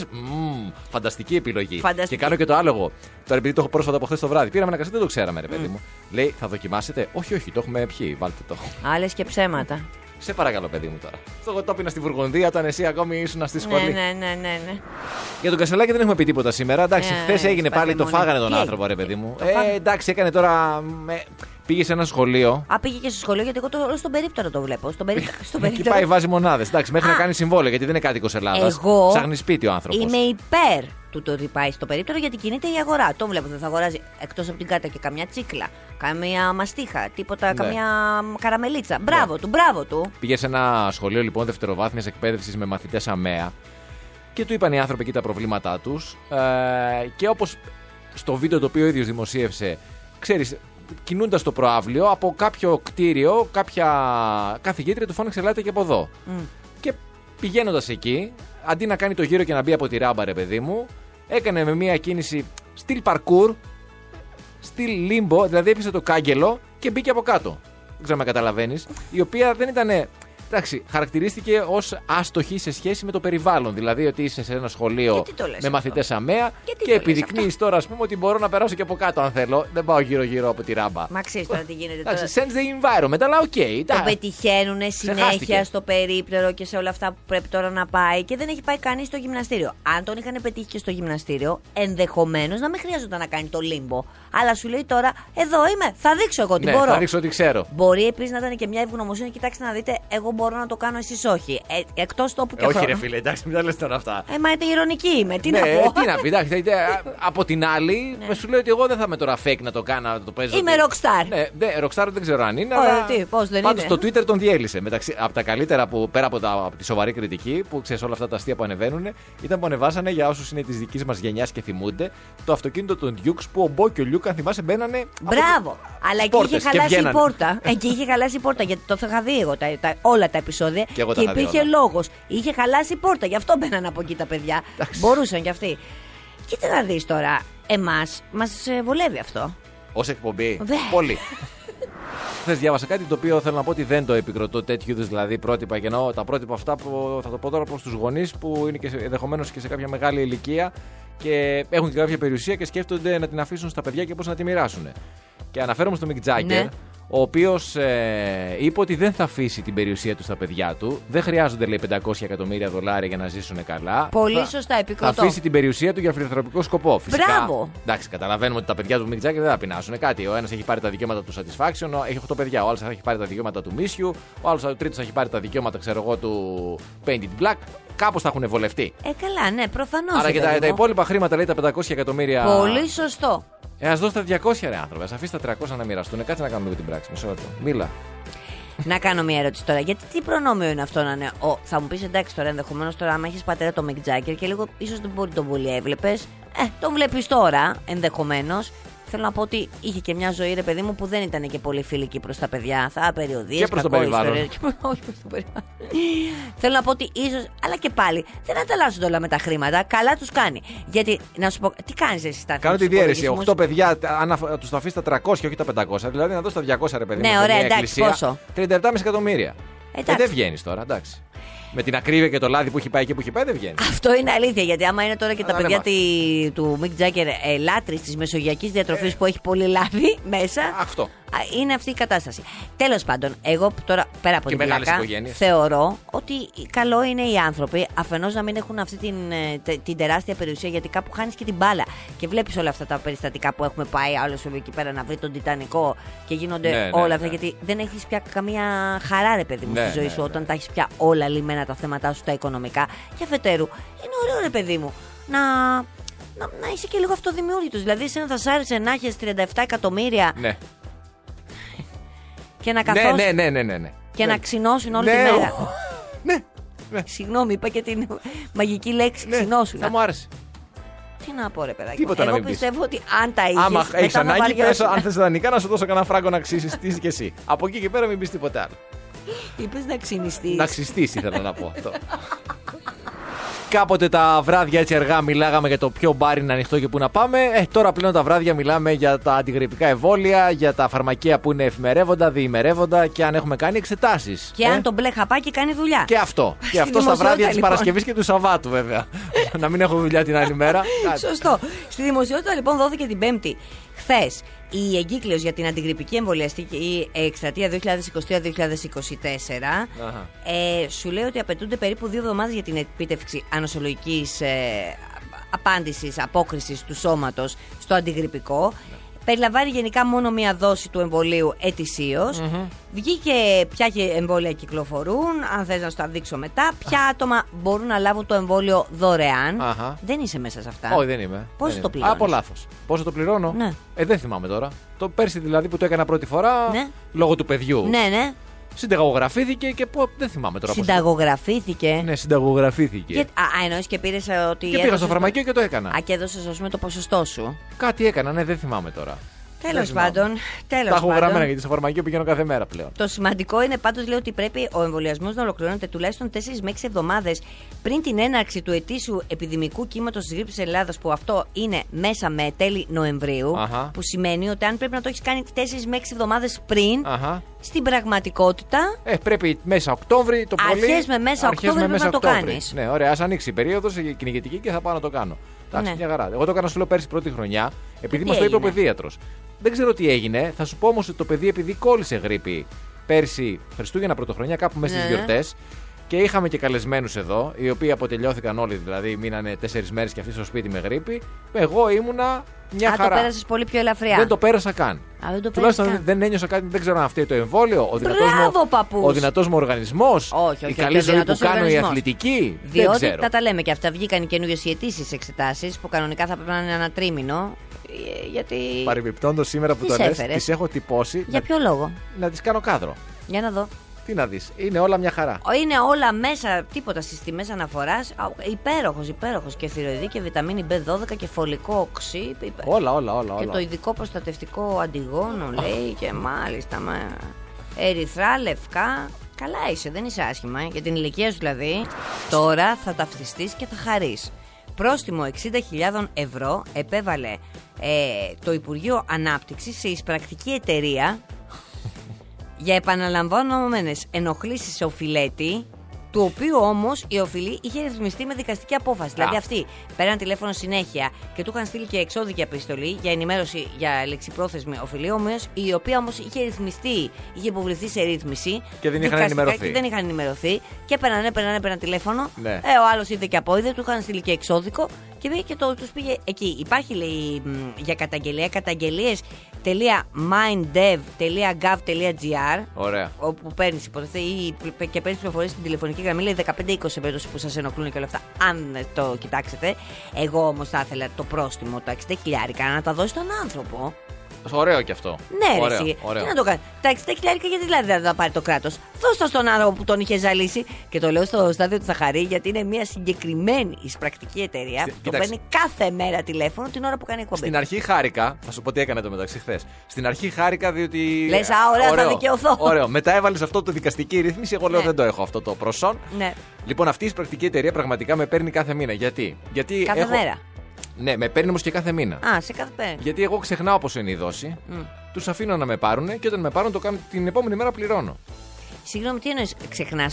[SPEAKER 3] φανταστική επιλογή.
[SPEAKER 4] Φανταστική.
[SPEAKER 3] Και κάνω και το άλλο εγώ. Τώρα επειδή το έχω πρόσφατα από χθες το βράδυ. Πήραμε ένα κασί, δεν το ξέραμε, ρε παιδί μου. Λέει, θα δοκιμάσετε. Όχι, όχι, το έχουμε πιει. Βάλτε το.
[SPEAKER 4] Άλλες και ψέματα.
[SPEAKER 3] Σε παρακαλώ, παιδί μου τώρα. Αυτό εγώ το πίνα στη Βουργονδία όταν εσύ ακόμη ήσουν στη σχολή.
[SPEAKER 4] Ναι, ναι, ναι, ναι, ναι.
[SPEAKER 3] Για τον Κασελάκη δεν έχουμε πει τίποτα σήμερα. Εντάξει,
[SPEAKER 4] Ε,
[SPEAKER 3] χθες έγινε
[SPEAKER 4] σπάτε
[SPEAKER 3] πάλι, το
[SPEAKER 4] μόνο.
[SPEAKER 3] φάγανε τον
[SPEAKER 4] Τι
[SPEAKER 3] άνθρωπο, ρε
[SPEAKER 4] έγινε,
[SPEAKER 3] παιδί μου.
[SPEAKER 4] το φάγανε.
[SPEAKER 3] Ε, εντάξει, έκανε τώρα. με- Πήγε σε ένα σχολείο.
[SPEAKER 4] Α, πήγε και στο σχολείο γιατί εγώ το, όλο στον περίπτερο το βλέπω. Στον περίπτερο. Στον
[SPEAKER 3] Εκεί
[SPEAKER 4] περίπτερο.
[SPEAKER 3] πάει, βάζει μονάδες. Εντάξει, μέχρι να
[SPEAKER 4] Α.
[SPEAKER 3] κάνει συμβόλαιο γιατί δεν είναι κάτοικος Ελλάδας.
[SPEAKER 4] Εγώ
[SPEAKER 3] Ψάχνει σπίτι ο άνθρωπος.
[SPEAKER 4] Είμαι υπέρ του το ότι πάει στο περίπτερο γιατί κινείται η αγορά. Το βλέπω, δεν θα αγοράζει εκτός από την κάτα και καμιά τσίκλα, καμία μαστίχα, τίποτα,
[SPEAKER 3] Ναι.
[SPEAKER 4] καμιά καραμελίτσα. Μπράβο του, μπράβο του.
[SPEAKER 3] Πήγε σε ένα σχολείο λοιπόν δευτεροβάθμιας εκπαίδευσης με μαθητές αμαία και του είπαν οι άνθρωποι εκεί τα προβλήματά τους. Ε, και όπως στο βίντεο το οποίο ο ίδιος δημοσίευσε, ξέρεις, κινούντας το προάβλιο από κάποιο κτίριο, κάποια καθηγήτρια του φώναξε Ελάτε και από εδώ. Και πηγαίνοντας εκεί, αντί να κάνει το γύρο και να μπει από τη ράμπα, ρε παιδί μου, έκανε με μια κίνηση στυλ παρκούρ, στυλ λίμπο, δηλαδή έπεισε το κάγκελο και μπήκε από κάτω. Δεν ξέρω αν καταλαβαίνεις. Η οποία δεν ήταν. Εντάξει, χαρακτηρίστηκε ως άστοχη σε σχέση με το περιβάλλον. Δηλαδή ότι είσαι σε ένα σχολείο
[SPEAKER 4] Γιατί το λες
[SPEAKER 3] με
[SPEAKER 4] αυτό?
[SPEAKER 3] μαθητές αμαία
[SPEAKER 4] Γιατί
[SPEAKER 3] και
[SPEAKER 4] το λες
[SPEAKER 3] επιδεικνύεις τώρα, ας πούμε, ότι μπορώ να περάσω και από κάτω αν θέλω. Δεν πάω γύρω-γύρω από τη ράμπα.
[SPEAKER 4] Μα ξέρεις τώρα τι γίνεται τώρα.
[SPEAKER 3] Εντάξει, sense the environment, αλλά οκ.
[SPEAKER 4] Το
[SPEAKER 3] εντάξει.
[SPEAKER 4] πετυχαίνουν
[SPEAKER 3] Ξεχάστηκε.
[SPEAKER 4] συνέχεια στο περίπτερο και σε όλα αυτά που πρέπει τώρα να πάει και δεν έχει πάει κανείς στο γυμναστήριο. Αν τον είχαν πετύχει και στο γυμναστήριο, ενδεχομένως να μην χρειαζόταν να κάνει το λίμπο. Αλλά σου λέει τώρα, εδώ είμαι, θα δείξω εγώ τι
[SPEAKER 3] ναι,
[SPEAKER 4] μπορώ.
[SPEAKER 3] θα ρίξω ό,τι ξέρω.
[SPEAKER 4] Μπορεί επίσης να ήταν και μια ευγνωμοσύνη. Κοιτάξτε να δείτε, εγώ μπορώ να το κάνω, εσείς όχι. Ε, Εκτός τόπου και
[SPEAKER 3] Ε, όχι,
[SPEAKER 4] χρόνου.
[SPEAKER 3] ρε φίλε, εντάξει, μην τα λες τώρα αυτά.
[SPEAKER 4] Ε, μα είτε ηρωνική είμαι, τι
[SPEAKER 3] ναι,
[SPEAKER 4] να πω. Ναι.
[SPEAKER 3] τι να πει, εντάξει, είτε, α, από την άλλη, με σου λέει ότι εγώ δεν θα είμαι τώρα fake να το κάνω, να το παίζω.
[SPEAKER 4] Είμαι
[SPEAKER 3] ότι-
[SPEAKER 4] rockstar.
[SPEAKER 3] Ναι, δε, rockstar δεν ξέρω αν είναι.
[SPEAKER 4] Ωραία,
[SPEAKER 3] αλλά...
[SPEAKER 4] τι, πώς δεν
[SPEAKER 3] πάντως
[SPEAKER 4] είναι.
[SPEAKER 3] το Twitter τον διέλυσε. Μεταξύ, από τα καλύτερα που πέρα από, τα, από τη σοβαρή κριτική, που ξέρεις όλα αυτά τα αστεία που ανεβαίνουν, ήταν που ανεβάσανε για όσους είναι της δικής μας γενιάς και θυμούνται το αυτοκίνητο των Dukes που ο Μπό και ο Λιούκ, αν θυμάσαι, μπαίνανε. από
[SPEAKER 4] Μπράβο.
[SPEAKER 3] τις
[SPEAKER 4] Αλλά εκεί
[SPEAKER 3] πόρτες
[SPEAKER 4] είχε
[SPEAKER 3] και
[SPEAKER 4] χαλάσει η
[SPEAKER 3] βγαίνανε.
[SPEAKER 4] πόρτα. Εκεί είχε χαλάσει η πόρτα γιατί το είχα δει εγώ τα, τα- όλα τα επεισόδια.
[SPEAKER 3] εγώ τα είχα δει
[SPEAKER 4] υπήρχε
[SPEAKER 3] όλα.
[SPEAKER 4] λόγος. Είχε χαλάσει η πόρτα. Γι' αυτό μπαίναν από εκεί τα παιδιά. Μπορούσαν κι αυτοί. Κοίτα να δεις τώρα. Εμάς μας βολεύει αυτό.
[SPEAKER 3] Ως εκπομπή.
[SPEAKER 4] Δε.
[SPEAKER 3] Πολύ. Χθες διάβασα κάτι το οποίο θέλω να πω ότι δεν το επικροτώ τέτοιου είδους δηλαδή πρότυπα. Και εννοώ τα πρότυπα αυτά που θα το πω τώρα προς τους γονείς που είναι και ενδεχομένως και σε κάποια μεγάλη ηλικία και έχουν και κάποια περιουσία και σκέφτονται να την αφήσουν στα παιδιά και πώς να τη μοιράσουν. Και αναφέρομαι στο Μικ Τζάγκερ,
[SPEAKER 4] Ναι.
[SPEAKER 3] ο οποίος είπε ότι δεν θα αφήσει την περιουσία του στα παιδιά του. Δεν χρειάζονται λέει 500 εκατομμύρια δολάρια για να ζήσουν καλά.
[SPEAKER 4] Πολύ
[SPEAKER 3] Θα-
[SPEAKER 4] σωστά,
[SPEAKER 3] Θα
[SPEAKER 4] επικροτώ.
[SPEAKER 3] αφήσει την περιουσία του για φιλανθρωπικό σκοπό. Φυσικά.
[SPEAKER 4] Μπράβο.
[SPEAKER 3] Εντάξει, καταλαβαίνουμε ότι τα παιδιά του Μικ Τζάγκερ δεν θα πεινάσουν κάτι. Ο ένας έχει πάρει τα δικαιώματα του Satisfaction, ο- έχει 8 παιδιά. Ο άλλος θα έχει πάρει τα δικαιώματα του Μίσιου, ο άλλος ο τρίτος θα έχει πάρει τα δικαιώματα, ξέρω εγώ, του Painted Black. Κάπως θα έχουν βολευτεί.
[SPEAKER 4] Ε, καλά, ναι, προφανώς.
[SPEAKER 3] Άρα και τα, τα υπόλοιπα χρήματα, λέει τα 500 εκατομμύρια.
[SPEAKER 4] Πολύ σωστό.
[SPEAKER 3] Ε, ας δώσει τα 200 ρε άνθρωποι, α αφήσει τα 300 να μοιραστούν. Κάτσε να κάνουμε λίγο την πράξη. Μισό λεπτό. Μίλα.
[SPEAKER 4] Να κάνω μια ερώτηση τώρα. Γιατί τι προνόμιο είναι αυτό να είναι. Ο, θα μου πεις εντάξει τώρα, ενδεχομένως τώρα, άμα έχεις πατέρα το Μικ Τζάκερ και λίγο ίσως δεν μπορεί τον πολύ έβλεπες. Ε, τον βλέπεις τώρα, ενδεχομένως. Θέλω να πω ότι είχε και μια ζωή, ρε παιδί μου, που δεν ήταν και πολύ φιλική προς τα παιδιά. Θα περιοδίες,
[SPEAKER 3] Και προς το περιβάλλον.
[SPEAKER 4] Όχι προς το περιβάλλον. Θέλω να πω ότι ίσως. Αλλά και πάλι δεν ανταλλάσσονται όλα με τα χρήματα. Καλά τους κάνει. Γιατί να σου πω. Τι κάνεις εσύ, Στάθη,
[SPEAKER 3] Κάνω
[SPEAKER 4] με
[SPEAKER 3] τη
[SPEAKER 4] τους
[SPEAKER 3] διαίρεση.
[SPEAKER 4] υπολογισμούς?
[SPEAKER 3] 8 παιδιά, τα- αν τους τα αφήσεις τα 300 και όχι τα 500, δηλαδή να δώσεις τα 200 ρε παιδί
[SPEAKER 4] Ναι,
[SPEAKER 3] μου, σε
[SPEAKER 4] ωραία,
[SPEAKER 3] μια
[SPEAKER 4] εντάξει,
[SPEAKER 3] εκκλησία,
[SPEAKER 4] πόσο?
[SPEAKER 3] 37,5 εκατομμύρια.
[SPEAKER 4] Εντάξει.
[SPEAKER 3] Ε, δεν βγαίνεις τώρα, εντάξει. Με την ακρίβεια και το λάδι που έχει πάει και που έχει πάει, δεν βγαίνει.
[SPEAKER 4] Αυτό είναι αλήθεια. Γιατί άμα είναι τώρα και τα
[SPEAKER 3] Αλλά
[SPEAKER 4] παιδιά
[SPEAKER 3] ναι,
[SPEAKER 4] τη- του Μικ Τζάκερ ε, λάτρης της μεσογειακής διατροφής που έχει πολύ λάδι μέσα.
[SPEAKER 3] αυτό.
[SPEAKER 4] Ε. Α, Είναι αυτή η κατάσταση. Τέλος πάντων, εγώ που τώρα πέρα από
[SPEAKER 3] Και
[SPEAKER 4] την
[SPEAKER 3] μεγάλες
[SPEAKER 4] πλάκα,
[SPEAKER 3] οικογένειες.
[SPEAKER 4] θεωρώ ότι καλό είναι οι άνθρωποι αφενός να μην έχουν αυτή την, ε, τε- την τεράστια περιουσία γιατί κάπου χάνεις και την μπάλα. Και βλέπεις όλα αυτά τα περιστατικά που έχουμε πάει. Άλλο σου λέει εκεί πέρα να βρει τον Τιτανικό και γίνονται
[SPEAKER 3] Ναι, ναι,
[SPEAKER 4] όλα αυτά.
[SPEAKER 3] ναι.
[SPEAKER 4] Γιατί δεν έχεις πια καμία χαρά, ρε παιδί μου,
[SPEAKER 3] Ναι,
[SPEAKER 4] στη ζωή
[SPEAKER 3] ναι,
[SPEAKER 4] σου
[SPEAKER 3] ναι.
[SPEAKER 4] όταν τα έχεις πια όλα λυμμένα συγκεκριμένα τα θέματα σου, τα οικονομικά. Και αφετέρου, είναι ωραίο ρε παιδί μου να, να, να είσαι και λίγο αυτοδημιούργητος. Δηλαδή, εσένα θα σ' άρεσε να έχεις 37 εκατομμύρια
[SPEAKER 3] Ναι.
[SPEAKER 4] και να
[SPEAKER 3] Ναι,
[SPEAKER 4] καθώς,
[SPEAKER 3] ναι, ναι, ναι, ναι, ναι.
[SPEAKER 4] και να ξυνώσουν όλη
[SPEAKER 3] Ναι,
[SPEAKER 4] τη μέρα.
[SPEAKER 3] ο- Ναι, ναι.
[SPEAKER 4] Συγγνώμη, είπα και την μαγική λέξη
[SPEAKER 3] ναι.
[SPEAKER 4] ξυνώσουν.
[SPEAKER 3] Θα μου άρεσε.
[SPEAKER 4] Τι να πω, ρε παιδάκι.
[SPEAKER 3] Τίποτα να
[SPEAKER 4] Εγώ
[SPEAKER 3] μην πεις.
[SPEAKER 4] πιστεύω ότι αν τα είχες.
[SPEAKER 3] Άμα έχει ανάγκη, πες, αν θες δανεικά, να σου δώσω κανένα φράγκο να ξυστήσει κι εσύ. Από εκεί και πέρα μην πεις τίποτα άλλο.
[SPEAKER 4] Είπες να ξυνιστείς.
[SPEAKER 3] Να ξυστήσει, ήθελα να πω αυτό. Κάποτε τα βράδια έτσι αργά μιλάγαμε για το ποιο μπάρι να ανοιχτό και πού να πάμε. Ε, τώρα πλέον τα βράδια μιλάμε για τα αντιγρυπικά εμβόλια, για τα φαρμακεία που είναι εφημερεύοντα, διημερεύοντα και αν έχουμε κάνει εξετάσεις.
[SPEAKER 4] Και αν το μπλε χαπάκι κάνει δουλειά.
[SPEAKER 3] Ε. Και αυτό. Και αυτό στα
[SPEAKER 4] δημοσιότητα,
[SPEAKER 3] βράδια της
[SPEAKER 4] λοιπόν.
[SPEAKER 3] Παρασκευής και του Σαββάτου, βέβαια. να μην έχω δουλειά την άλλη μέρα. Κάτι.
[SPEAKER 4] Σωστό. Στη δημοσιότητα λοιπόν δόθηκε την Πέμπτη. Χθες η εγκύκλιο για την αντιγρυπική εμβολιαστική εκστρατεία 2023-2024
[SPEAKER 3] Αχα.
[SPEAKER 4] ε, σου λέει ότι απαιτούνται περίπου δύο εβδομάδες για την επίτευξη ανοσολογικής απάντησης, απόκρισης του σώματος στο αντιγρυπικό.
[SPEAKER 3] Ναι.
[SPEAKER 4] Περιλαμβάνει γενικά μόνο μία δόση του εμβολίου ετησίως. Βγήκε ποια και εμβόλια κυκλοφορούν, αν θες να σου τα δείξω μετά. Ποια άτομα μπορούν να λάβουν το εμβόλιο δωρεάν.
[SPEAKER 3] Αχα.
[SPEAKER 4] Δεν είσαι μέσα σε αυτά.
[SPEAKER 3] Όχι, δεν είμαι.
[SPEAKER 4] Πώς
[SPEAKER 3] Δεν
[SPEAKER 4] το
[SPEAKER 3] είμαι.
[SPEAKER 4] πληρώνεις?
[SPEAKER 3] Από λάθος. Πόσο το πληρώνω.
[SPEAKER 4] Ναι.
[SPEAKER 3] Ε, δεν θυμάμαι τώρα. Το πέρσι δηλαδή που το έκανα πρώτη φορά.
[SPEAKER 4] Ναι.
[SPEAKER 3] Λόγω του παιδιού.
[SPEAKER 4] Ναι, ναι.
[SPEAKER 3] Συνταγογραφήθηκε και πω, δεν θυμάμαι τώρα. πώς-
[SPEAKER 4] Συνταγογραφήθηκε.
[SPEAKER 3] Ναι, συνταγογραφήθηκε.
[SPEAKER 4] Για- Α, α εννοείς και πήρες ότι.
[SPEAKER 3] Και πήγα
[SPEAKER 4] έδωσες
[SPEAKER 3] στο φαρμακείο και το έκανα.
[SPEAKER 4] Α, και έδωσες, ας πούμε, το ποσοστό σου.
[SPEAKER 3] Κάτι έκανα, ναι, δεν θυμάμαι τώρα.
[SPEAKER 4] Τέλος
[SPEAKER 3] θυμάμαι.
[SPEAKER 4] πάντων.
[SPEAKER 3] Τα
[SPEAKER 4] Τέλο
[SPEAKER 3] έχω γραμμένα
[SPEAKER 4] πάντων.
[SPEAKER 3] γιατί στο φαρμακείο πηγαίνω κάθε μέρα πλέον.
[SPEAKER 4] Το σημαντικό είναι πάντως, λέω, ότι πρέπει ο εμβολιασμός να ολοκληρώνεται τουλάχιστον 4 με 6 εβδομάδες πριν την έναρξη του ετήσιου επιδημικού κύματος της γρήπης Ελλάδας, που αυτό είναι μέσα με τέλη Νοεμβρίου.
[SPEAKER 3] Αχα.
[SPEAKER 4] Που σημαίνει ότι αν πρέπει να το έχεις κάνει 4 με 6 εβδομάδες πριν,
[SPEAKER 3] Αχα.
[SPEAKER 4] στην πραγματικότητα
[SPEAKER 3] Ε, πρέπει μέσα Οκτώβρη το πολύ.
[SPEAKER 4] Αρχές με μέσα
[SPEAKER 3] αρχές
[SPEAKER 4] Οκτώβρη
[SPEAKER 3] με
[SPEAKER 4] πρέπει να το κάνεις.
[SPEAKER 3] Ναι, ωραία, ας ανοίξει η περίοδος η κυνηγετική και θα πάω να το κάνω. Εντάξει,
[SPEAKER 4] Ναι.
[SPEAKER 3] μια χαρά. Εγώ το έκανα σου λέω πέρσι πρώτη χρονιά, επειδή
[SPEAKER 4] τι
[SPEAKER 3] μας το είπε ο
[SPEAKER 4] έγινε?
[SPEAKER 3] παιδίατρος. Δεν ξέρω τι έγινε, θα σου πω όμως ότι το παιδί επειδή κόλλησε γρήπη πέρσι Χριστούγεννα πρωτοχρονιά, κάπου μέσα στις
[SPEAKER 4] Ναι.
[SPEAKER 3] γιορτές. Και είχαμε και καλεσμένους εδώ, οι οποίοι αποτελειώθηκαν όλοι, δηλαδή μείνανε τέσσερις μέρες και αυτοί στο σπίτι με γρήπη. Εγώ ήμουνα μια
[SPEAKER 4] α, το
[SPEAKER 3] χαρά.
[SPEAKER 4] πέρασες πολύ πιο ελαφριά.
[SPEAKER 3] Δεν το πέρασα καν.
[SPEAKER 4] Α, δεν το
[SPEAKER 3] Τουλάχιστον
[SPEAKER 4] πέρασα
[SPEAKER 3] δεν ένιωσα κάτι, δεν ξέρω αν αυτό είναι το εμβόλιο, ο δυνατός
[SPEAKER 4] Μπράβο,
[SPEAKER 3] μου,
[SPEAKER 4] παππούς.
[SPEAKER 3] ο δυνατός μου οργανισμός, η
[SPEAKER 4] όχι, όχι,
[SPEAKER 3] καλή ζωή
[SPEAKER 4] ο
[SPEAKER 3] που
[SPEAKER 4] δυνατός
[SPEAKER 3] κάνω η
[SPEAKER 4] οργανισμός.
[SPEAKER 3] αθλητική. δεν
[SPEAKER 4] Διότι
[SPEAKER 3] ξέρω.
[SPEAKER 4] τα τα λέμε και αυτά. Βγήκαν καινούριε οι αιτήσει εξετάσεις που κανονικά θα πρέπει να είναι ένα τρίμηνο. ε, Γιατί.
[SPEAKER 3] Παρεμπιπτόντως σήμερα που
[SPEAKER 4] Τις
[SPEAKER 3] το λες,
[SPEAKER 4] έφερες.
[SPEAKER 3] τις έχω τυπώσει
[SPEAKER 4] Για
[SPEAKER 3] να,
[SPEAKER 4] ποιο λόγο.
[SPEAKER 3] να τις κάνω κάδρο.
[SPEAKER 4] Για να δω.
[SPEAKER 3] Τι να δεις, είναι όλα μια χαρά.
[SPEAKER 4] Ο, Είναι όλα μέσα, τίποτα στις τιμές αναφοράς. Υπέροχος, υπέροχος. Και θηροειδή και βιταμίνη B12 και φωλικό οξύ. υπε-
[SPEAKER 3] Όλα, όλα, όλα.
[SPEAKER 4] Και
[SPEAKER 3] όλα.
[SPEAKER 4] το ειδικό προστατευτικό αντιγόνο λέει και μάλιστα μα. Ερυθρά, λευκά. Καλά είσαι, δεν είσαι άσχημα. ε. Για την ηλικία σου δηλαδή. Τώρα θα ταυτιστείς και θα χαρείς. Πρόστιμο 60.000 ευρώ επέβαλε ε, το Υπουργείο Ανάπτυξης σε εισπρακτική εταιρεία για επαναλαμβανόμενες ενοχλήσεις σε οφειλέτη του οποίου όμως η οφειλή είχε ρυθμιστεί με δικαστική απόφαση. Δηλαδή αυτοί πέραν τηλέφωνο συνέχεια και του είχαν στείλει και εξώδικη επιστολή για ενημέρωση για λεξιπρόθεσμη οφειλή, όμως, η οποία όμως είχε ρυθμιστεί, είχε υποβληθεί σε ρύθμιση.
[SPEAKER 3] Και δεν είχαν
[SPEAKER 4] δικαστικά
[SPEAKER 3] ενημερωθεί.
[SPEAKER 4] Και δεν είχαν ενημερωθεί. Και έπαιρναν, έπαιρναν, έπαιρναν τηλέφωνο.
[SPEAKER 3] Ναι.
[SPEAKER 4] Ε, ο άλλος είδε και από είδε, του είχαν στείλει και εξώδικο και πήγε και το, τους πήγε εκεί. Υπάρχει λέει μ, για καταγγελία καταγγελίε.minddev.gov.gr
[SPEAKER 3] Ωραία.
[SPEAKER 4] όπου παίρνεις υποτεθεί ή και παίρνεις πληροφορίες στην τηλεφωνική γραμμή, λέει 15-20 σε περίπτωση που σας ενοχλούν και όλα αυτά. Αν το κοιτάξετε, εγώ όμως θα ήθελα το πρόστιμο, τα 60 χιλιάρικα, να τα δώσει στον άνθρωπο.
[SPEAKER 3] Ωραίο και αυτό.
[SPEAKER 4] Ναι, ρε,
[SPEAKER 3] ωραίο,
[SPEAKER 4] εσύ.
[SPEAKER 3] ωραίο.
[SPEAKER 4] Τι να το κάνεις. Τα 60 χιλιάρικα γιατί δηλαδή δεν θα τα πάρει το κράτος. Δώστα στον άνθρωπο που τον είχε ζαλίσει. Και το λέω στο στάδιο του Θαχαρή, γιατί είναι μια συγκεκριμένη εισπρακτική εταιρεία
[SPEAKER 3] Στη-
[SPEAKER 4] που το
[SPEAKER 3] κοίταξε.
[SPEAKER 4] παίρνει κάθε μέρα τηλέφωνο την ώρα που κάνει εκπομπή.
[SPEAKER 3] Στην αρχή χάρηκα, θα σου πω τι έκανα το μεταξύ χθες. Στην αρχή χάρηκα διότι.
[SPEAKER 4] Λες, α, ωραία, θα
[SPEAKER 3] Ωραίο,
[SPEAKER 4] δικαιωθώ.
[SPEAKER 3] Ωραίο. Μετά έβαλες αυτό το δικαστική ρύθμιση. Εγώ λέω
[SPEAKER 4] Ναι.
[SPEAKER 3] δεν το έχω αυτό το προσόν.
[SPEAKER 4] Ναι.
[SPEAKER 3] Λοιπόν, αυτή η πρακτική εταιρεία πραγματικά με παίρνει κάθε μήνα. Γιατί, Γιατί
[SPEAKER 4] Κάθε
[SPEAKER 3] έχω...
[SPEAKER 4] μέρα.
[SPEAKER 3] Ναι, με παίρνει όμως και κάθε μήνα.
[SPEAKER 4] Α, σε κάθε πέρα.
[SPEAKER 3] Γιατί εγώ ξεχνάω πώ είναι η δόση. Τους αφήνω να με πάρουν και όταν με πάρουν το κάνω, την επόμενη μέρα πληρώνω.
[SPEAKER 4] Συγγνώμη, τι εννοείς, ξεχνάς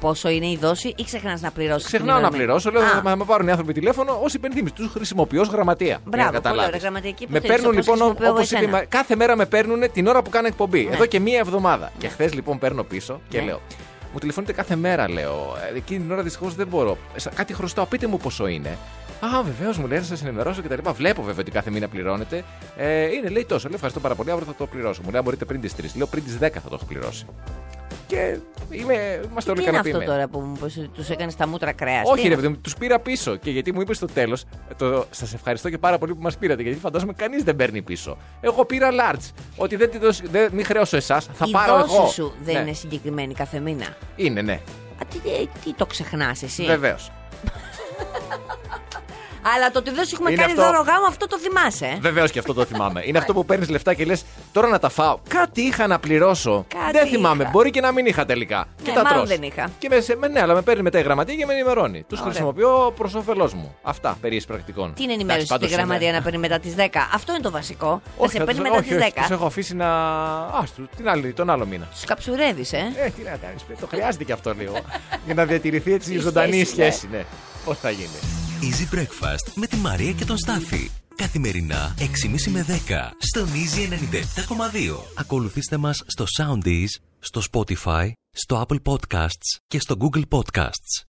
[SPEAKER 4] πόσο είναι η δόση ή ξεχνάς να πληρώσεις.
[SPEAKER 3] Ξεχνάω να πληρώσω, λέω
[SPEAKER 4] Α,
[SPEAKER 3] θα θα με πάρουν οι άνθρωποι τηλέφωνο ως υπενθύμηση. Τους χρησιμοποιώ ως γραμματεία. για να
[SPEAKER 4] Μπράβο, πολύ
[SPEAKER 3] καταλάβεις.
[SPEAKER 4] ωραία, γραμματική
[SPEAKER 3] Με
[SPEAKER 4] υποστήριξη,
[SPEAKER 3] παίρνουν
[SPEAKER 4] όπως
[SPEAKER 3] λοιπόν
[SPEAKER 4] χρησιμοποιώ εγώ
[SPEAKER 3] όπως είπε, η
[SPEAKER 4] εσένα.
[SPEAKER 3] Μα- κάθε μέρα με παίρνουν την ώρα που κάνω εκπομπή.
[SPEAKER 4] Ναι.
[SPEAKER 3] Εδώ και μία εβδομάδα. Και χθες λοιπόν παίρνω πίσω και
[SPEAKER 4] Ναι.
[SPEAKER 3] λέω. Μου τηλεφωνείτε κάθε μέρα, λέω. «Ε, Εκείνη την ώρα δυστυχώς δεν μπορώ. Σα- Κάτι χρωστάω, πείτε μου πόσο είναι. Α, βεβαίως μου λέει να σας ενημερώσω και τα λοιπά. Βλέπω βέβαια ότι κάθε μήνα πληρώνετε. Ε, είναι λέει τόσο. Λέω ευχαριστώ πάρα πολύ, αύριο θα το πληρώσω. Μου λέει «Αν μπορείτε πριν τις 3. Λέω πριν τις 10 θα το έχω πληρώσει. και είμαι, είμαστε όλοι
[SPEAKER 4] Τι είναι αυτό
[SPEAKER 3] ικανοποιημένοι.
[SPEAKER 4] τώρα που τους έκανες τα μούτρα κρέας.
[SPEAKER 3] Όχι, ρε παιδί μου, τους πήρα πίσω. Και γιατί μου είπες στο τέλος, το, σας ευχαριστώ και πάρα πολύ που μας πήρατε. Γιατί φαντάζομαι κανείς δεν παίρνει πίσω. Εγώ πήρα large. Ότι δεν, τη δώσ- δεν μην χρεώσω εσάς, θα
[SPEAKER 4] Η
[SPEAKER 3] πάρω
[SPEAKER 4] δόση
[SPEAKER 3] εγώ.
[SPEAKER 4] σου δεν
[SPEAKER 3] Ναι.
[SPEAKER 4] είναι συγκεκριμένη κάθε μήνα.
[SPEAKER 3] Είναι, ναι,
[SPEAKER 4] Α, τι, τι, τι το ξεχνάς εσύ.
[SPEAKER 3] βεβαίως.
[SPEAKER 4] Αλλά το ότι δεν σου έχουμε
[SPEAKER 3] Είναι
[SPEAKER 4] κάνει
[SPEAKER 3] αυτό-
[SPEAKER 4] δώρο γάμο, αυτό το θυμάσαι. ε.
[SPEAKER 3] Βεβαίως και αυτό το θυμάμαι. Είναι αυτό που παίρνεις λεφτά και λες τώρα να τα φάω. Κάτι είχα να πληρώσω.
[SPEAKER 4] Κάτι
[SPEAKER 3] δεν θυμάμαι.
[SPEAKER 4] είχα.
[SPEAKER 3] Μπορεί και να μην είχα τελικά. και
[SPEAKER 4] Ναι,
[SPEAKER 3] τα
[SPEAKER 4] μάλλον
[SPEAKER 3] τρως.
[SPEAKER 4] δεν είχα.
[SPEAKER 3] Και με, σε- με- ναι, αλλά με παίρνει μετά η γραμματεία και με ενημερώνει. Τους
[SPEAKER 4] Ωραία.
[SPEAKER 3] χρησιμοποιώ προς όφελός μου. Αυτά περί πρακτικών.
[SPEAKER 4] Τι είναι ενημέρωση
[SPEAKER 3] Εντάξει,
[SPEAKER 4] στη
[SPEAKER 3] πάντως είναι-
[SPEAKER 4] γραμματεία να παίρνει μετά τις 10. Αυτό είναι το βασικό. Να
[SPEAKER 3] Όχι,
[SPEAKER 4] σε
[SPEAKER 3] θα
[SPEAKER 4] παίρνει
[SPEAKER 3] τους-
[SPEAKER 4] μετά
[SPEAKER 3] όχι,
[SPEAKER 4] τις
[SPEAKER 3] όχι,
[SPEAKER 4] 10.
[SPEAKER 3] τους έχω αφήσει να. Α, την άλλη, τον άλλο μήνα.
[SPEAKER 4] Τους καψουρεύεις, ε.
[SPEAKER 3] Ε, τι να κάνεις, το χρειάζεται και αυτό λίγο. για να διατηρηθεί έτσι η
[SPEAKER 4] Η
[SPEAKER 3] ζωντανή
[SPEAKER 4] σχέση, ναι.
[SPEAKER 3] σχέση, ναι. Πώς θα γίνει.
[SPEAKER 2] Easy Breakfast με τη Μαρία και τον Στάφη. Καθημερινά 6.30 με 10 στον Easy 97.2. Ακολουθήστε μας στο Soundees, στο Spotify, στο Apple Podcasts και στο Google Podcasts.